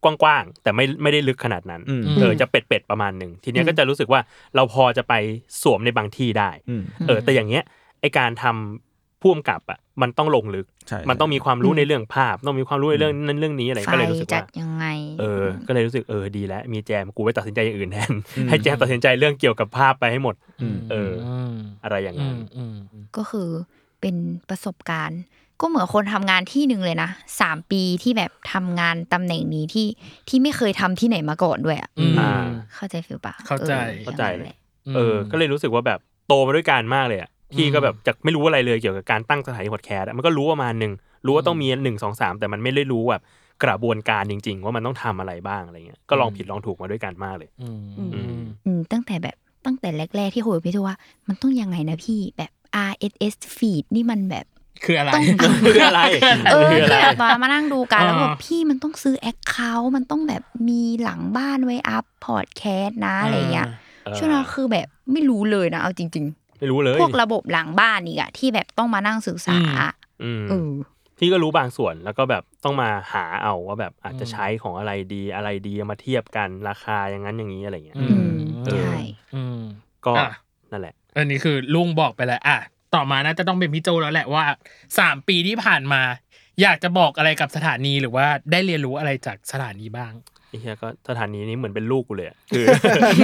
S1: กว้างๆแต่ไม่ไม่ได้ลึกขนาดนั้น
S3: อืม
S1: เออจะเป็ดเป็ดๆประมาณหนึ่งทีเนี้ยก็จะรู้สึกว่าเราพอจะไปสวมในบางที่ได้
S3: อืม
S1: เออแต่อย่างเงี้ยไอการทำพ่วงกับอ่ะมันต้องลงลึก
S3: ใช่
S1: มันต้องมีความรู้ในเรื่องภาพ ต้องมีความรู้ในเรื่องนั้นเรื่องนี้อะไร
S4: ไฟ
S1: ก็เลยรู้สึก
S4: จั
S1: ว่า
S4: ดยังไง
S1: เออ ก็เลยรู้สึกเออดีแล้วมีแจมกูไปตัดสินใจอย่างอื่นแทน ให้แจมตัดสินใจเรื่องเกี่ยวกับภาพไปให้หมด เออ อะไรอย่างนั้น
S4: ก็คือเป็นประสบการณ์ ก็เหมือนคนทำงานที่หนึ่งเลยนะสามปีที่แบบทำงานตำแหน่งนี้ที่ที่ไม่เคยทำที่ไหนมาก่อนด้วยอะ
S1: อ่า
S4: เข้าใจฟิลปะ
S2: เข้าใจ
S4: ออ
S1: เข้าใจ
S4: อ
S1: เลย
S4: ย่างนั้นแหละ
S1: เออ ก็เลยรู้สึกว่าแบบโตมาด้วยกันมากเลยอ่ะพี่ก็แบบจากไม่รู้อะไรเลยเกี่ยวกับการตั้งสถานีพอดแคสต์อะมันก็รู้ประมาณหนึ่งรู้ว่าต้องมีหนึ่งสองสามแต่มันไม่ได้รู้แบบกระบวนการจริง ๆ ว่ามันต้องทำอะไรบ้างอะไรเงี้ยก็ลองผิดลองถูกมาด้วยกันมากเลย
S4: อืมตั้งแต่แบบตั้งแต่แรก ๆ ที่คุยกับพี่ทัวว่า มันต้องยังไงนะพี่แบบ RSS feed นี่มันแบบ
S2: คืออะไร
S4: ต้อง
S1: คืออะไร
S4: เออ
S1: คือ
S4: ที่
S1: อะไร
S4: แบบว่ามานั่งดูกันแล้วก็แบบ
S2: อ่า
S4: พี่มันต้องซื้อแอคเคาท์มันต้องแบบมีหลังบ้านไว้อัพพอดแคสต์นะอะไรอย่างเงี้ย
S1: อ่า
S4: ช่วงนั้นคือแบบไม่รู้เลยนะเอาจริง ๆ
S1: ไม่รู้เลย
S4: พวกระบบหลังบ้านอีกอะที่แบบต้องมานั่งศึกษา
S2: อืม
S1: อืม
S4: เออ
S1: พี่ก็รู้บางส่วนแล้วก็แบบต้องมาหาเอาว่าแบบอาจจะใช้ของอะไรดีอะไรดีเอามาเทียบกันราคาอย่างนั้นอย่างนี้อะไรเงี้ย
S2: อื
S4: อืม
S1: เออ
S4: ใช่
S2: อืม
S1: ก็
S2: อ่ะ
S1: นั่นแหละ
S2: อันนี้คือลุงบอกไปแล้วอ่ะต่อมาน่าจะต้องเป็นพี่โจแล้วแหละว่าสามปีที่ผ่านมา อยากจะบอกอะไรกับสถานีหรือว่าได้เรียนรู้อะไรจากสถานีบ้าง
S1: ไอ้เฮียก็สถานีนี้เหมือนเป็นลูกกูเลยอะ คือ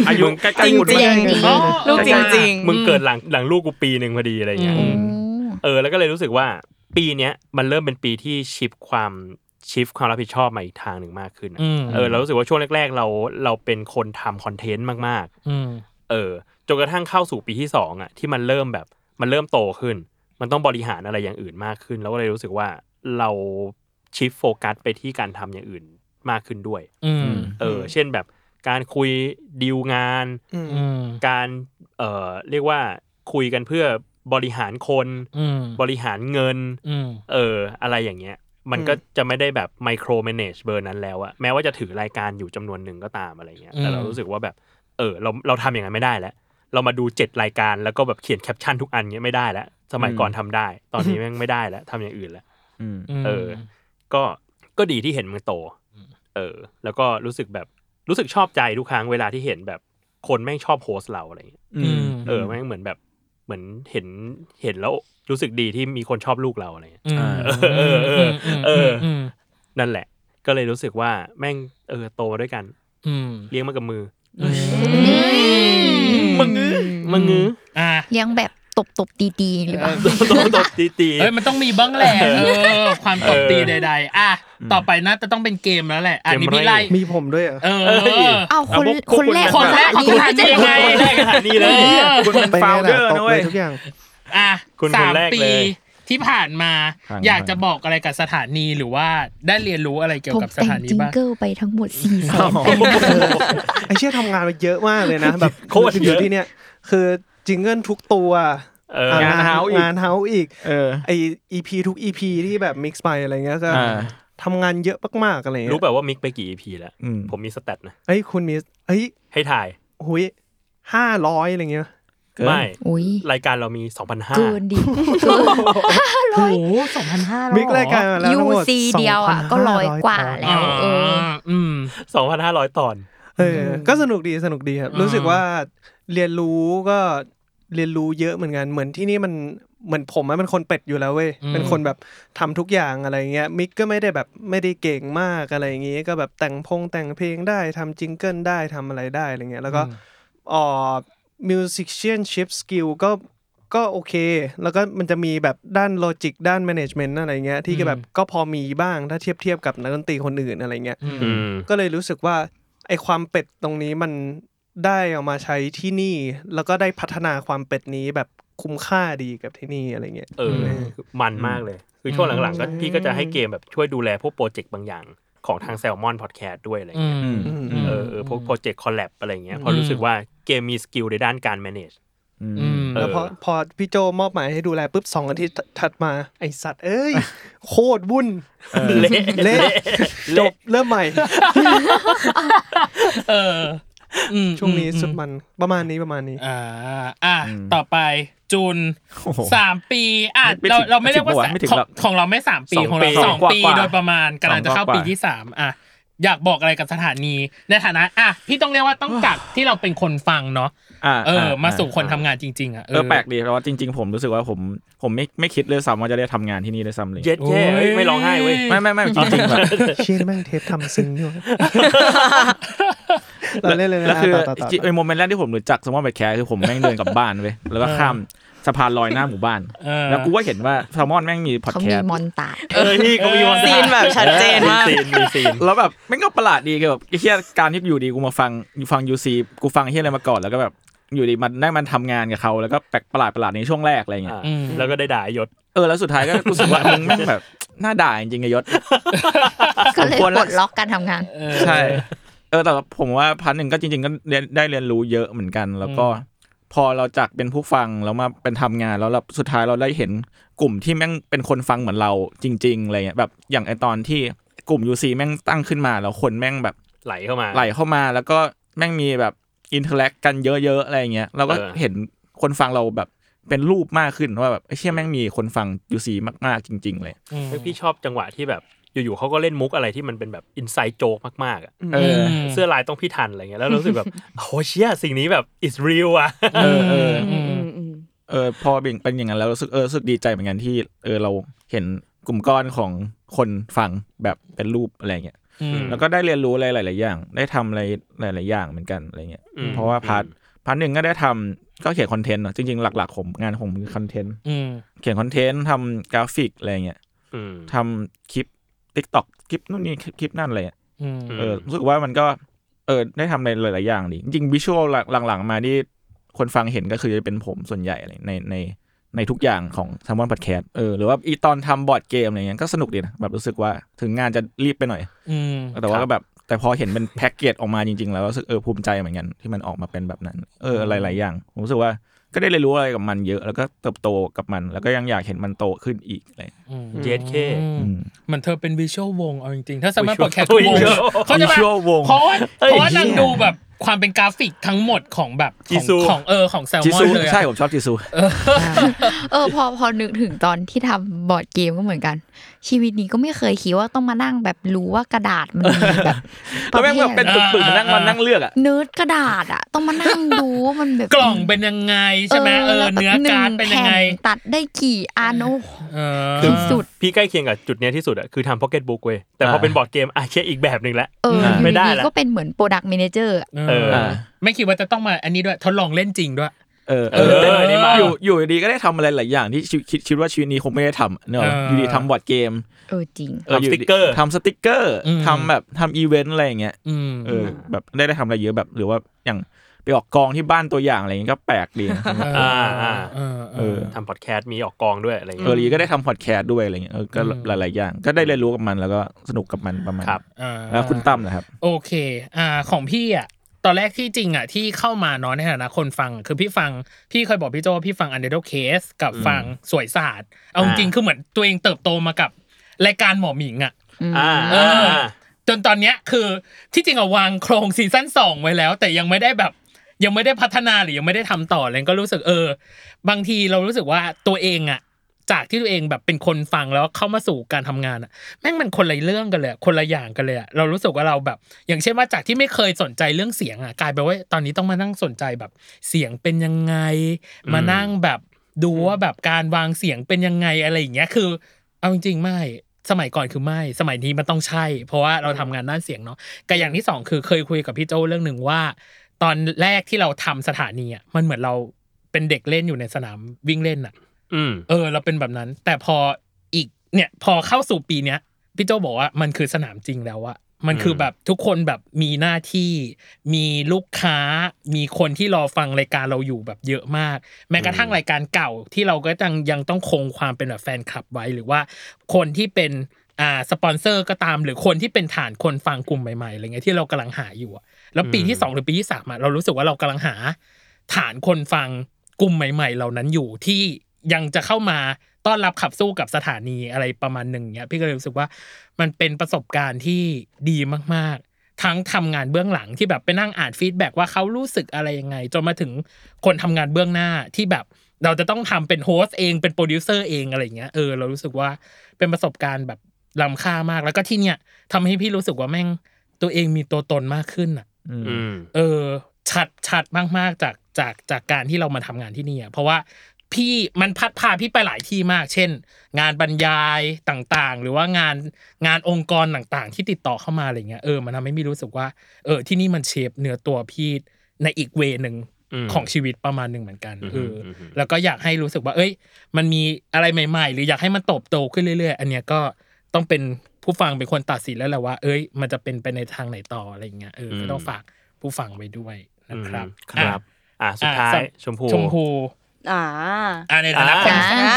S3: อายุใกล้
S6: จริง
S3: ๆหมด
S6: จริง
S2: อ๋อ
S6: ลูกจริงจริงๆ
S1: มึงเกิดหลังหลังลูกกูปีหนึ่งพอดีอะไรเงี้ย
S2: อืม
S4: อืม
S1: เออแล้วก็เลยรู้สึกว่าปีเนี้ยมันเริ่มเป็นปีที่ชิฟความชิฟความรับผิดชอบมาอีกทางหนึ่งมากขึ้นอะ
S2: อืม
S1: เออเรารู้สึกว่าช่วงแรก ๆ เราเราเป็นคนทำคอนเทนต์มาก
S2: อืม
S1: ๆ เออจนกระทั่งเข้าสู่ปีที่สองอ่ะที่มันเริ่มแบบมันเริ่มโตขึ้น มันต้องบริหารอะไรอย่างอื่นมากขึ้น แล้วก็เลยรู้สึกว่าเราชิฟโฟกัสไปที่การทำอย่างอื่นมากขึ้นด้วย
S2: อืม
S1: เออเช่นแบบการคุยดีลงาน
S2: อืม
S1: การเอ่อเรียกว่าคุยกันเพื่อบริหารคน
S2: อืม
S1: บริหารเงิน
S2: อืม
S1: เอออะไรอย่างเงี้ย มันก็จะไม่ได้แบบไมโคร a ม a g e เบอร์นั้นแล้วอะแม้ว่าจะถือรายการอยู่จำนวนหนึ่งก็ตามอะไรเงี้ย
S2: อืม
S1: แต่เรารู้สึกว่าแบบเออเราเราทำอย่างนั้นไม่ได้แล้ว เรามาดูเจ็ดรายการแล้วก็แบบเขียนแคปชั่นทุกอันเงี้ยไม่ได้แล้ว สมัยก่อนทำได้ ตอนนี้แม่งไม่ได้แล้วทำอย่างอื่นแล้ว
S3: อืม
S1: เออ ก็ก็ดีที่เห็นมึงโต เออ แล้วก็รู้สึกแบบรู้สึกชอบใจทุกครั้งเวลาที่เห็นแบบคนแม่งชอบโพสต์เราอะไรเงี้ย
S3: อื
S2: อื
S3: ม
S2: ม
S1: เออแม่งเหมือนแบบเหมือนเห็นเห็นแล้วรู้สึกดีที่มีคนชอบลูกเราอะไรเงี้ย
S2: อืม
S1: เออเออเออ
S2: ม
S1: นั่นแหละ ก็เลยรู้สึกว่าแม่งเออโตมาด้วยกัน
S2: อืม
S1: เลี้ยงมากับมือ
S2: มึงงื้อ
S1: มังื้อ
S2: อ่ะ
S4: เลี้ยงแบบตบตบตีตีๆหรือเปล่า
S1: โตตบตีตี
S2: เอ้ยมันต้องมีบ้างแหละเออความตบตีใดๆอ่ะต่อไปน่าจะต้องเป็นเกมแล้วแหละอันนี้พี่ไล่
S5: มีผมด้วยเหรอ
S2: เออ
S4: เอาคนคนแรก
S2: คนแรก
S4: ของสถานี
S2: ของสถานียังไง
S1: แรกขนาดนี้เลยเนี่ย
S3: คุณเป็น
S5: ไป
S3: ฟาว
S5: แน่แห
S3: เด
S5: ละ
S3: อร์นะ
S5: ตกเล
S3: เว้ย
S5: ยทุกอย่าง
S2: อ่ะ
S1: คุณคน
S2: สาม
S1: แรก
S2: ปี
S1: เลย
S2: ที่ผ่านมา
S3: ผ่านมา
S2: อยากจะบอกอะไรกับสถานีหรือว่าได้เรียนรู้อะไรเกี่ยว
S4: ผม
S2: กับส
S4: แต่ง
S2: ถานี
S4: จิง
S2: บ้าง
S4: เกิลไปทั้งหมดสี่แสน
S5: ไอเชี่ยทำงานมาเยอะมากเลยนะ แบบ
S1: โคตรเยอะ
S5: ยู่ที่เนี่ย คือจิงเกิลทุกตัว
S1: เออ
S5: อ่ะ
S3: งาน house อีก
S5: งานเฮาส์อีก
S3: เออ
S5: ไออีพีทุกอีพีที่แบบมิกซ์ไปอะไรเงี้ยก็
S3: อ่า
S5: ทำงานเยอะมากๆอะไรเงี้
S1: รู้
S5: ย
S1: แบบว่ามิกไปกี่ EP แล้ว
S3: อืม
S1: ผมมีสแตทนะ
S5: เอ้ยคุณมีเอ้ย
S1: ให้ถ่าย
S5: หุยห้าร้อยอะไรเงี้ย
S3: เกิน
S1: ไม่
S4: อุ้ย
S1: รายการเรามี
S4: เกิน
S1: 2,500
S4: ดิเกิน
S2: โอ้โหสองพันห้า
S5: มิกรายการมาแล้ว
S4: ยู
S5: ทั้งหมด
S4: ซีเดียวอะก็ร้อย
S5: 2,500
S4: กว่า
S5: ตอน
S4: แล้วเออ
S2: อืม
S1: 2,500 ตอน
S5: เออ ก็สนุกดีสนุกดีครับ รู้สึกว่าเรียนรู้ก็ เรียนรู้เยอะเหมือนกันเหมือนที่นี่มันเหมือนผมอะมันคนเป็ดอยู่แล้วเว้ย
S2: อืม
S5: เป็นคนแบบทำทุกอย่างอะไรเงี้ยมิกก็ไม่ได้แบบไม่ได้เก่งมากอะไรอย่างงี้ก็แบบแต่งพงแต่งเพลงได้ทำจิงเกิลได้ทำอะไรได้อะไรเงี้ยแล้วก็เอ่อ musicianship skill ก็ก็โอเค แล้วก็มันจะมีแบบด้านโลจิกด้าน management อะไรเงี้ยที่ก็แบบก็พอมีบ้างถ้าเทียบเทียบกับนักดนตรีคนอื่นอะไรเงี้ย
S1: อืม
S5: ก็เลยรู้สึกว่าไอความเป็ดตรงนี้มันได้เอามาใช้ที่นี่ แล้วก็ได้พัฒนาความเป็ดนี้แบบคุ้มค่าดีกับที่นี่อะไรเงี้ย
S1: เออคือมันมากเลย คือช่วงหลังๆ ก็พี่ก็จะให้เกมแบบช่วยดูแลพวกโปรเจกต์บางอย่างของทางแซลมอนพอดแคสต์ด้วยอะไรเงี้ย
S3: อืม
S2: ม
S1: เออเออพวกโปรเจกต์คอลแลบอะไรเงี้ยเพอรู้สึกว่าเกมมีสกิลในด้านการ manage
S2: อืม
S1: เอ
S5: แล้
S1: อ
S5: วพอพอพี่โจมอบหมายให้ดูแลปุ๊บสองอาทิตย์ถัดมาไอสัตว์เอ้ย โคตรวุ่น
S1: เละ
S5: เละจบเริ่มใหม่
S2: เอออืม
S5: ช่วงนี้สุดมันประมาณนี้ประมาณนี้
S2: อ่าอ่ะ
S3: อืม
S2: ต่อไปจูน
S3: โอ้โห
S2: สามปีอ่ะ
S3: ไม่
S2: เรา
S3: ถึง
S2: เราไม่เรียกว่า
S3: สิบกว่า
S2: สาม
S3: ไม่ถึง
S2: ของ
S3: หรอก
S2: ของเราไม่สามปี
S1: สอง
S2: ของเรา
S1: ปี
S2: สอง
S3: กว่า
S2: ปี
S3: กว่า
S2: โดยประมาณกำลังจะเข้า
S3: สองกว่า
S2: ปีที่สามอ่ะอยากบอกอะไรกับสถานีในฐานะอ่ะพี่ต้องเรียกว่าต้องกักที่เราเป็นคนฟังเนาะ
S3: อ่า
S2: เออ มาสู่คน
S3: อ่
S2: ทำงานจริง ๆ อ่ะ
S3: เออแปลกดีเพราะว่าจริงๆผมรู้สึกว่าผมผมไม่ไม่คิดเลยซ้ำว่าจะได้ทำงานที่นี่เลยซ้ำเลย
S1: เย็ดแค่เฮ้ยไม่ร้องไห้เว้ย
S3: ไม่ไม่ไม่จริงๆแบบ
S5: เชี่ยแม่งเทปทำซิงอยู่ เราเล่นเลยนะ
S3: แล้วคือ
S5: ต่อต่อต่อ
S3: จริงๆไอ้โมเมนต์แรกที่ผมรู้จักสมอลแบทแคร์คือผมแม่งเดินกลับบ้านเว้ยแล้วก็ข้ามสะพานลอยหน้าหมู่บ้าน
S2: เออ
S3: แล้วกูก็เห็นว่าแซลมอนแม่งมีพอด
S4: เขา
S3: แค
S4: มี
S3: สต์
S4: มอนตา
S1: เออพี่ก็มีวัน
S6: ซีนแบบชัดเจนมาก
S1: ซีนมีซีน
S3: แล้วแบบแม่งก็ประหลาดดีคือแบบไอ้เฮียการที่อยู่ดีกูมาฟังฟังยูซีกูฟังไอ้เฮียอะไรมาก่อนแล้วก็แบบอยู่ดีมันได้มันทำงานกับเขาแล้วก็แปลกประหลาดประหลาดในช่วงแรกอะไรเงี้ย
S1: อืมแล้วก็ได้ด่ายศ
S3: เออแล้วสุดท้ายก็รู้สึกว่ามึงแม่งแบบน่าด่าจริงๆไอ้ยศ
S4: ก็เลยปลดล็อกการทำงาน
S3: ใช่ เออแต่ผมว่าพันหนึ่งก็จริง ๆ ก็เรียนได้เรียนรู้เยอะเหมือนกัน แล้วก็ พอเราจากเป็นผู้ฟังแล้วมาเป็นทำงานแล้วเราสุดท้ายเราได้เห็นกลุ่มที่แม่งเป็นคนฟังเหมือนเราจริง ๆอะไรเงี้ยแบบอย่างไอตอนที่กลุ่ม UC แม่งตั้งขึ้นมาแล้วคนแม่งแบบ
S1: ไหลเข้ามา
S3: ไหลเข้ามาแล้วก็แม่งมีแบบอินเทอร์แอคกันเยอะๆอะไรเงี้ยเราก็
S1: เออ
S3: เห็นคนฟังเราแบบเป็นรูปมากขึ้นว่าแบบไอ้เชี่ยแม่งมีคนฟัง UC มากๆจริง ๆ เลย
S1: เฮ้ยพี่ชอบจังหวะที่แบบอยู่ๆเขาก็เล่นมุกอะไรที่มันเป็นแบบอินไซ e ์โจกมากๆอะ
S3: เออ
S1: เสื้อลายต้องพี่ทันอะไรเงี้ยแล้วรู้สึกแบบ โอ้เชี่ยสิ่งนี้แบบ is real อ่ะ
S3: เออเออ
S6: อืมอืมอืม
S3: เออพอเป็นเป็นอย่างนั้นแล้วรู้สึกเออรู้สึกดีใจเหมือนกันที่เออเราเห็นกลุ่มก้อนของคนฟังแบบเป็นรูปอะไรเงี้ยแล้วก็ได้เรียนรู้อะไรหลาย ๆ อย่าง ได้ทำอะไรหลาย ๆ อย่างเหมือนกันอะไรเงี้ย
S1: อืม
S3: เพราะว่าพาร์ทพาร์ทหนึ่งก็ได้ทำก็เขียนคอนเทนต์เนอะจริง ๆ หลัก ๆ ผมงานของผมคือคอนเทนต์เขียนคอนเทนต์ทำกราฟิกอะไรเงี้ย
S1: อืม
S3: ทำคลิปทิกตอกคลิปนู่นนี่คลิปนั่นอะไรเงี้ยเออ
S1: อืม
S3: รู้สึกว่ามันก็เออได้ทำอะไรหลาย ๆ อย่างดีจริงๆวิชวลหลัง ๆ มาที่คนฟังเห็นก็คือจะเป็นผมส่วนใหญ่อะไรในใน ในทุกอย่างของซัมมอนพอดแคสต์เออหรือว่าอีตอนทำบอร์ดเกมอะไรเงี้ยก็สนุกดีนะ แบบรู้สึกว่าถึงงานจะรีบไปหน่อย แต่ว่าก็แบบแต่พอเห็นเป็นแพ็กเกจออกมาจริง ๆ แล้วรู้สึกเออภูมิใจเหมือนกันที่มันออกมาเป็นแบบนั้น เออหลายๆอย่าง ผมรู้สึกว่าก็ได้เรียนรู้อะไรกับมันเยอะ แล้วก็เติบโตกับมัน แล้วก็ยังอยากเห็นมันโตขึ้นอีกอะไรเลย
S1: เจ็ดเค
S3: อืม
S2: เหมือนเธอเป็นวิชวลวงเอาจริงๆ ถ้าสามารถ
S1: Visual
S2: ปลดแคสวง
S1: Visual
S2: เขาใจปะ
S3: Visual วง
S2: เพราะว่า
S1: เอ้ย
S2: เพราะว่านาง
S1: เหี้ย
S2: ดูแบบความเป็นกราฟิกทั้งหมดของแบบ
S1: จี
S2: ของ
S1: ซู
S2: ของเออของแซล
S3: จิ
S2: มอน
S3: ซู
S2: เลยอะ
S3: ใช่ผมชอบจิซู
S4: เออพอพอนึกถึงตอนที่ทำบอร์ดเกมก็เหมือนกัน ชีวิตนี้ก็ไม่เคยคิดว่าต้องมานั่งแบบรู้ว่ากระดาษมันมีแบบ
S3: แล้วแม่งแบบเป็น
S4: ประภท
S3: ปึกๆมานั่งมานั่งเลือกอ่ะ
S4: เนื้อกระดาษอ่ะ ต้องมานั่งดูว่ามันแบบ
S2: กล่องเป็นยังไงใช่ไหมเออ
S4: แล้ว
S2: เนื้อ
S4: ห
S2: การดเป็นยังไง
S4: แผ่นตัดได้กี่อันโอ้โห
S2: เออ
S4: ที่สุด
S1: พี่ใกล้เคียงกับจุดเนี้ยที่สุดอะคือทำพ็อกเก็ตบุ๊กเว้ยแต่พอ
S3: อ่า
S1: เป็นบอร์ดเกมอ่ะเชี่ยอีกแบบหนึ่งละ
S4: เอออยู่
S1: ไม่ได้
S4: ดี
S1: ละ
S4: ๆก็เป็นเหมือนโปรดักต์ a ม a เจอร์
S1: เออ
S3: อ่า
S2: ไม่คิดว่าจะต้องมาอันนี้ด้วยทดลองเล่นจริงด้วย
S3: เออ
S1: เออเออนี่มา
S3: ยู่อยู่ดีก็ได้ทำอะไรหลายอย่างที่ชีวิตคิดคิดว่าชีวิตนี้คงไม่ได้ทำเนอะ
S2: เอออ
S3: อยู่ดีทำบอร์ดเกม
S4: เออจริง
S1: ทำสติ๊กเกอร์
S3: ทำสติ๊กเกอร์
S2: อืม
S3: ทำแบบทำอีเวนต์อะไรอย่างเงี้ย
S2: อืม
S3: เออแบบได้ได้ทำอะไรเยอะแบบหรือว่าอย่างไปออกกองที่บ้านตัวอย่างอะไรเงี้ยก็แปลกดี นะ
S1: อ่าอ่า
S2: เออเอ
S3: เอ
S2: อ
S3: อ
S1: ทำพอดแคสต์มีออกกองด้วยอะไร
S3: เออ
S1: เงี้ย
S3: หรือก็ได้ทำพอดแคสต์ด้วยอะไรเงี้ยเออก็
S2: อืม
S3: หลายๆอย่าง ก็ได้เรียนรู้กับมันแล้วก็สนุกกับมันประมาณ
S1: ครับ
S2: อ่า
S3: แล้วคุณตั้มนะครับ
S2: โอเค อ่า ของพี่อ่ะ ตอนแรกที่จริงอ่ะ ที่เข้ามาเนาะในฐานะคนฟัง คือพี่ฟัง พี่เคยบอกพี่โจว่าพี่ฟัง Underdog Case กับฟังสวยศาสตร์ เอาจริงๆคือเหมือนตัวเองเติบโตมากับรายการหมอหมิงอ่ะ
S1: อ่า
S2: เอ
S1: อ่า
S2: อ จนตอนเนี้ยคือที่จริงอะวางโครงซีซั่นสองไว้แล้ว แต่ยังไม่ได้แบบ ยังไม่ได้พัฒนาหรือยังไม่ได้ทำต่อเลยก็รู้สึกเออ บางทีเรารู้สึกว่าตัวเองอะ จากที่ตัวเองแบบเป็นคนฟังแล้วเข้ามาสู่การทำงานอะแม่งมันคนละเรื่องกันเลยอะคนละอย่างกันเลยอะเรารู้สึกว่าเราแบบ อย่างเช่นว่าจากที่ไม่เคยสนใจเรื่องเสียงอะกลายไปนว่าตอนนี้ต้องมานั่งสนใจแบบเสียงเป็นยังไง มานั่งแบบดูว่าแบบการวางเสียงเป็นยังไงอะไรอย่างเงี้ยคือ เอาจริงๆไม่สมัยก่อนคือไม่สมัยนี้มันต้องใช่ เพราะว่าเราทำงานด้านเสียงเนาะกับอย่างที่สองคือเคยคุยกับพี่โจเรื่องหนึ่งว่า ตอนแรกที่เราทำสถานีอ่ะมันเหมือนเราเป็นเด็กเล่นอยู่ในสนามวิ่งเล่นอ่ะ
S1: อืม
S2: เออเราเป็นแบบนั้น แต่พออีกเนี่ยพอเข้าสู่ปีเนี้ยพี่โจบอกว่ามันคือสนามจริงแล้วอะมันคือแบบทุกคนแบบมีหน้าที่ มีลูกค้า มีคนที่รอฟังรายการเราอยู่แบบเยอะมาก แม้กระทั่งรายการเก่าที่เราก็ยังยังต้องคงความเป็นแบบแฟนคลับไว้หรือว่าคนที่เป็นอ่าสปอนเซอร์ก็ตามหรือคนที่เป็นฐานคนฟังกลุ่มใหม่ๆอะไรเงี้ยที่เรากำลังหาอยู่อะแล้วปีที่สองหรือปีที่สามอะเรารู้สึกว่าเรากำลังหา ฐานคนฟังกลุ่มใหม่ ๆ เหล่านั้นอยู่ที่ยังจะเข้ามาต้อนรับขับสู้กับสถานีอะไรประมาณหนึ่งเนี้ยพี่ก็เลยรู้สึกว่ามันเป็นประสบการณ์ที่ดีมากๆ ทั้งทำงานเบื้องหลังที่แบบไปนั่งอ่านฟีดแบ็กว่าเขารู้สึกอะไรยังไง จนมาถึงคนทำงานเบื้องหน้าที่แบบเราจะต้องทำเป็นโฮสต์เองเป็นโปรดิวเซอร์เองอะไรเงี้ยเออเรารู้สึกว่าเป็นประสบการณ์แบบล้ำค่ามากแล้วก็ที่เนี้ยทำให้พี่รู้สึกว่าแม่งตัวเองมีตัวตนมากขึ้นอ่ะ
S1: อืม
S2: เออชัดชัดมากๆจากจากจากการที่เรามาทำงานที่นี่อะเพราะว่าพี่มันพัดพาพี่ไปหลายที่มาก เช่น งานบรรยายต่างๆ หรือว่างานงานองค์กรต่างๆ ที่ติดต่อเข้ามาอะไรเงี้ยเออมันทำให้พี่รู้สึกว่าเออที่นี่มันเชฟเนื้อตัวพี่ในอีกเวหนึ่ง
S1: อืม
S2: ของชีวิตประมาณหนึ่งเหมือนกันเอออ
S1: มอืม
S2: แล้วก็อยากให้รู้สึกว่า เอ้ย มันมีอะไรใหม่ ๆ หรืออยากให้มันโตบโตขึ้นเรื่อย ๆ อันเนี้ยก็ต้องเป็นผู้ฟังเป็นคนตัดสินแล้วแหละว่า เอ้ย มันจะเป็นไปในทางไหนต่ออะไรเงี้ยเออก็ต้องฝาก ผู้ฟังไปด้วยนะครับ
S1: อืมครับ
S2: อ่ะ
S1: อ่ะสุดท้า
S2: อ่ะ
S1: ย
S2: สำ
S1: ชมพู
S2: ชมพู
S6: อ่า
S2: อ่าในฐานะคน
S4: อ่า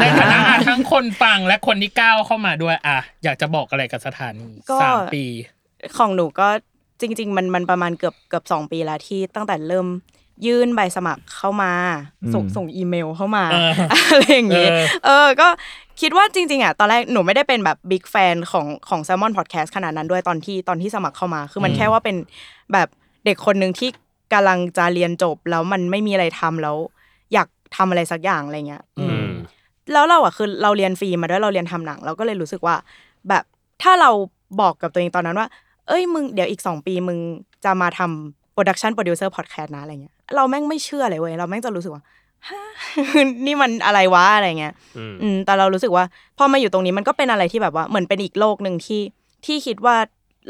S2: ในฐานะทั้งคนฟังและคนที่ก้าวเข้ามาด้วย อ่ะ อยากจะบอกอะไรกับสถานีสามปี
S6: ของหนูก็จริง ๆ มันมันประมาณเกือบเกือบสองปีแล้วที่ตั้งแต่เริ่มยื่นใบสมัครเข้ามา ส่งส่งอีเมลเข้ามา
S2: เออ
S6: อะไรอย่างงี้
S2: เออ
S6: เออ ก็คิดว่าจริง ๆ อ่ะ ตอนแรกหนูไม่ได้เป็นแบบบิ๊กแฟนของของแซลมอนพอดแคสต์ขนาดนั้นด้วยตอนที่ตอนที่สมัครเข้ามา คือมันแค่ว่าเป็นแบบเด็กคนหนึ่งที่กำลังจะเรียนจบแล้วมันไม่มีอะไรทำแล้ว อยากทำอะไรสักอย่างอะไรเงี้ยอื
S1: อื
S6: ม
S1: ม
S6: แล้วเราอ่ะคือเราเรียนฟรีมาด้วยเราเรียนทำหนัง เราก็เลยรู้สึกว่า แบบถ้าเราบอกกับตัวเองตอนนั้นว่า เอ้ยมึงเดี๋ยวอีก 2 ปีมึงจะมาทำโปรดักชันโปรดิวเซอร์พอดแคสต์นะอะไรเงี้ยเราแม่งไม่เชื่อเลยเว้ยเราแม่งจะรู้สึกว่าฮะ นี่มันอะไรวะอะไรเงี้ย
S1: อืม
S6: อืมแต่เรารู้สึกว่าพอมาอยู่ตรงนี้มันก็เป็นอะไรที่แบบว่าเหมือนเป็นอีกโลกหนึ่งที่ที่คิดว่า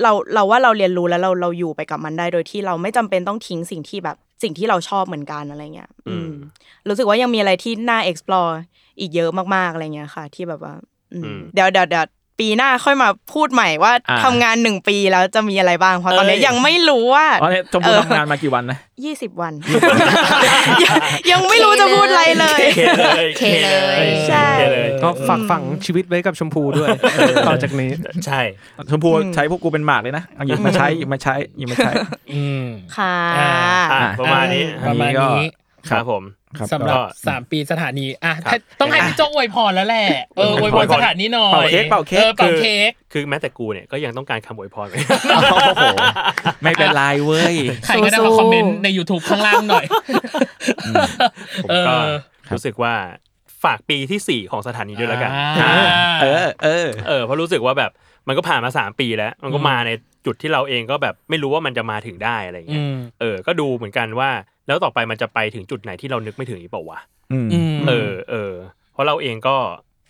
S6: เราเราว่าเราเรียนรู้แล้วเราเราอยู่ไปกับมันได้โดยที่เราไม่จำเป็นต้องทิ้งสิ่งที่แบบสิ่งที่เราชอบเหมือนกันอะไรเงี้ยอืม รู้สึกว่ายังมีอะไรที่น่า explore อีกเยอะมากๆอะไรเงี้ยค่ะ ที่แบบว่าอืม
S1: อืม
S6: เดี๋ยวเดี๋ยวเดี๋ยวปีหน้าค่อยมาพูดใหม่ว่า
S3: อ่า
S6: ทำงานหนึ่งปีแล้วจะมีอะไรบ้าง เพราะตอนนี้
S3: เอ้ย
S6: ยังไม่รู้ว่า
S3: อ๋อเนี่ยชมพู
S6: เออ
S3: ทำงานมากี่วันนะ
S6: ยี่สิบวัน ยังยังไม่รู้จะพูดอะไรเลย
S1: เคเลย
S4: เคเลย
S6: ใช่
S1: เคเลย
S5: ก็ฝากฝังชีวิตไว้กับชมพูด้วยต่อจากนี้
S1: ใช่
S3: ชมพูใช้พวกกูเป็นหมากเลยนะเอาหยิบมาใช้หยิบมาใช้หยิบมาใช้
S2: อืม
S6: ค่ะ
S2: อ่า
S1: อ่ะประมาณนี้
S3: อั
S2: ประมาณ
S3: ก็
S2: นี้
S1: ครับผม
S3: ครับ
S2: สำหรับ
S1: ก็
S2: สามปีสถานีอ่ะ
S1: ครับ
S2: ถ้าต้องให้พี่โจ้อวยพรแล้วแหละเอออวยพรสถานีหน่อย
S3: เป่าเค้ก
S2: ออ
S3: เป่าเค้ก
S2: เป่าเค้ก
S1: คือแม้แต่กูเนี่ยก็ยังต้องการคำอวยพรเลย
S3: โอ้โหไม่เป็นไรเว้ย
S2: ใครก็ได้มาคอมเมนต์ใน YouTube ข้างล่างหน่อย
S1: ผมก็
S2: เออ
S1: รู้สึกว่าฝากปีที่ 4 ของสถานีด้วยแล้วกัน
S2: อ่า
S3: เออ เออ
S1: เออเพราะรู้สึกว่าแบบมันก็ผ่านมา 3 ปีแล้ว มันก็
S2: อืม
S1: มาในจุดที่เราเองก็แบบไม่รู้ว่ามันจะมาถึงได้อะไร
S2: อื
S1: เงี้ย
S2: ม
S1: เออก็ดูเหมือนกันว่า แล้วต่อไปมันจะไปถึงจุดไหนที่เรานึกไม่ถึงหรือเปล่าวะ
S3: อืม
S2: อืม
S1: เออเออเพราะเราเองก็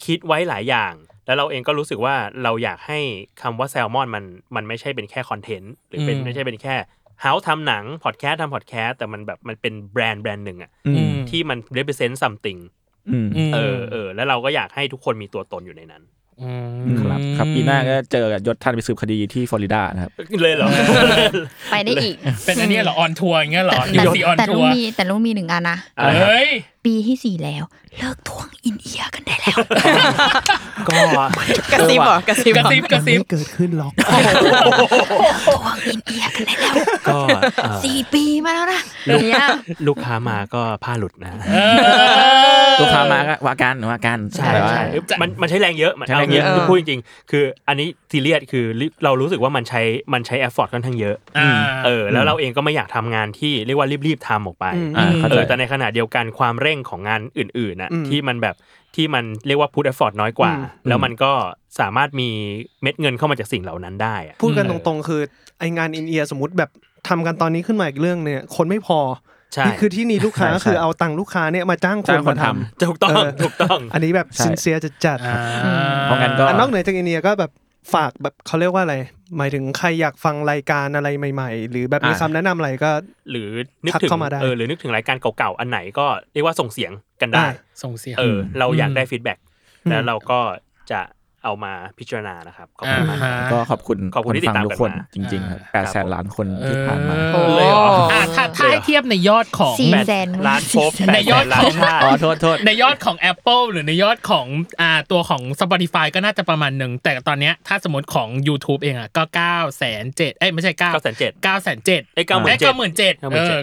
S1: คิดไว้หลายอย่าง แล้วเราเองก็รู้สึกว่าเราอยากให้คำว่าแซลมอนมันมันไม่ใช่เป็นแค่คอนเทนต์หรือเป็น
S2: อืม
S1: ไม่ใช่เป็นแค่เฮาทำหนังพอดแคสต์ทำพอดแคสต์แต่มันแบบมันเป็นแบรนด์แบรนด์หนึ่งอะ
S3: อืม
S1: ที่มัน represent something
S3: อืม
S1: เออเออแล้วเราก็อยากให้ทุกคนมีตัวตนอยู่ในนั้น
S2: ม
S3: ครับ ครับปีหน้าก็เจอกับยศท่านไปสืบคดีที่ฟลอริดานะครับ
S1: เลยเหรอ
S4: ไปได้อีก
S2: เป็นอันเนี้ยเหรอออนทัวร์อย่างเงี้ยเหรอ
S4: แต่
S2: ดีซีออน
S4: แต่
S2: ทั
S4: ลู
S2: ว
S4: ก
S2: ร์
S4: มีแต่ลูกมีหนึ่งอันนะ
S1: อะไรครับ
S2: เฮ้ย
S4: ปีที่สี่แล้ว เลิกทวงอินเอียร์กันได้แล้ว
S1: ก็
S6: กระซิบเหรอกระซิบเหร
S2: กระ
S6: อ
S2: ซิบกระซิบ
S5: ไม่เกิดขึ้นหรอก
S4: ทวงอินเอียร์กันได้แล้ว
S1: ก็เอ่อ
S4: สี่ปีมาแล้วนะอย่างเนี้ย
S1: ลูกค้ามาก็ผ้าหลุดนะ
S2: เออ
S3: ลูกค้ามาก็ว่ากันว่ากันแต่ว่า
S1: มันมันใช้แรงเยอะมัน
S3: ใช้แรงเยอะ
S1: าพูดจริงๆคืออันนี้ซีเรียสคือเรารู้สึกว่ามันใช้มันใช้ effort ค่อนข้างเยอะ
S2: อ่า
S1: เออแล้วเราเองก็ไม่อยากทำงานที่เรียกว่ารีบๆทำออกไป
S5: อืม
S3: อ่าเข้า
S1: เอ
S3: ใจ
S1: อแต่ในขณะเดียวกันความเร่งของงานอื่นๆน่ะ
S5: อืม
S1: ที่มันแบบ ที่มันเรียกว่าพุทเอฟฟอร์น้อยกว่า
S5: อืม
S1: แล้วมันก็สามารถมีเม็ดเงินเข้ามาจากสิ่งเหล่านั้นได้อะ
S5: พูดกันตรงๆ คือไองานอินเอียสมมติแบบทำกันตอนนี้ขึ้นมาอีกเรื่องเนี่ยคนไม่พอ
S1: ใช่
S5: นี่คือที่นี่ลูกค้า
S3: ใช่ใช่
S5: คือเอาตังค์ลูกค้าเนี่ยมาจ้างค
S3: จ้าน งคน
S5: มาท
S3: ทำ
S1: ถูกต้อง
S5: เออ
S1: ถูกต้อง
S5: ำอันนี้แบบ
S3: ใช่
S5: ซินเซียจะจัด
S2: อ่า
S3: เพราะงั้นก็
S5: อันนอกเหนือจากอินเอียก็แบบฝากแบบเขาเรียกว่าอะไร หมายถึงใครอยากฟังรายการอะไรใหม่ ๆ หรือแบบมี
S3: อ่า
S5: คำแนะนำอะไรก็
S1: หรือนึก
S5: ทัก
S1: ถึง
S5: เข้ามาได้
S1: เออหรือนึกถึงรายการเก่าๆ อันไหนก็เรียกว่าส่งเสียงกันได้
S2: ส่งเสียง
S1: เออ เราอยากได้ฟีดแบ็ก
S5: อืม
S1: แล้วเราก็จะเอามาพิจารณานะครับขอบคุณมาก
S2: อ่าฮะ
S3: ก็ขอบคุณ
S1: ขอบคุณที่ติดตาม
S3: นฟังทุกคน
S1: กันมา
S3: จริงๆครับแปดแสนล้านคนที่ผ่านมา
S2: เออ
S1: เลยเหรอ
S2: อ่ะถ้าถ้าให้เทียบในยอดของ
S4: สี่
S1: แปด
S4: แสน
S1: ล้านโพบแป
S2: ใน
S1: ด
S2: ย
S1: แส
S2: อด
S1: นล้า
S2: ข
S1: น
S2: อง
S1: ชาติ
S3: อ๋อ โทษโทษ
S2: ในยอดของ Apple หรือในยอดของอ่าตัวของ Spotify ก็น่าจะประมาณหนึ่ง แต่ตอนเนี้ยถ้าสมมติของ YouTube เองอ่ะก็9 7 0 0 0เอ้ยไม่ใช่9
S1: 907
S2: 9 7 0 0
S1: เอ้ย97,000
S2: เออ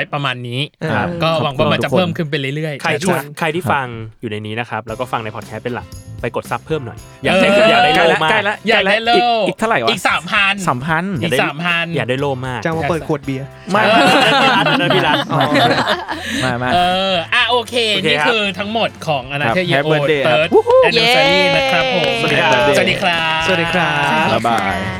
S2: 97,100 ประมาณนี้
S3: ครับ
S2: ก็หวังว่ามันจะ
S3: ขอบคุณทุกคน
S2: เพิ่มขึ้นไปเรื่อยๆ
S1: ใคร
S2: นะ
S1: ที่
S2: รับ
S1: ใครที่ฟังอยู่ในนี้นะครับ แล้วก็ฟังในพอดแคสต์เป็นหลัก ไปกดซับเพิ่มหน่อย อยาก
S2: เออ
S1: ได้อยากได้
S3: ใกล้
S1: โล
S3: ละ
S1: มาก
S3: ใกล้ละ
S2: อยากได้โล
S3: อีกอีกเท่าไหร่วะ
S2: อีกสามพัน
S3: สามพัน
S1: อยากได้
S2: อีก3,000
S1: อยากได้โลมาก
S5: จ้างมาเปิดขวดเบียร์
S3: ไม่
S1: เอออันนั้นพี่รัฐอันนั้นพี่รัฐ
S3: มามา
S2: เออ อ่ะโอเค
S1: โอเค
S2: นี่
S1: ครับ
S2: คือทั้งหมดของอนา
S3: ครับ
S2: เธอเย
S3: Happy
S2: โอ
S3: Birthday
S2: เติร์ดแอนนิวซารีนะครับผม
S3: สวัสดีครับ
S2: สวัสดีครับ
S5: สวัสดีครับ
S3: บ๊ายบาย
S4: ค่ะ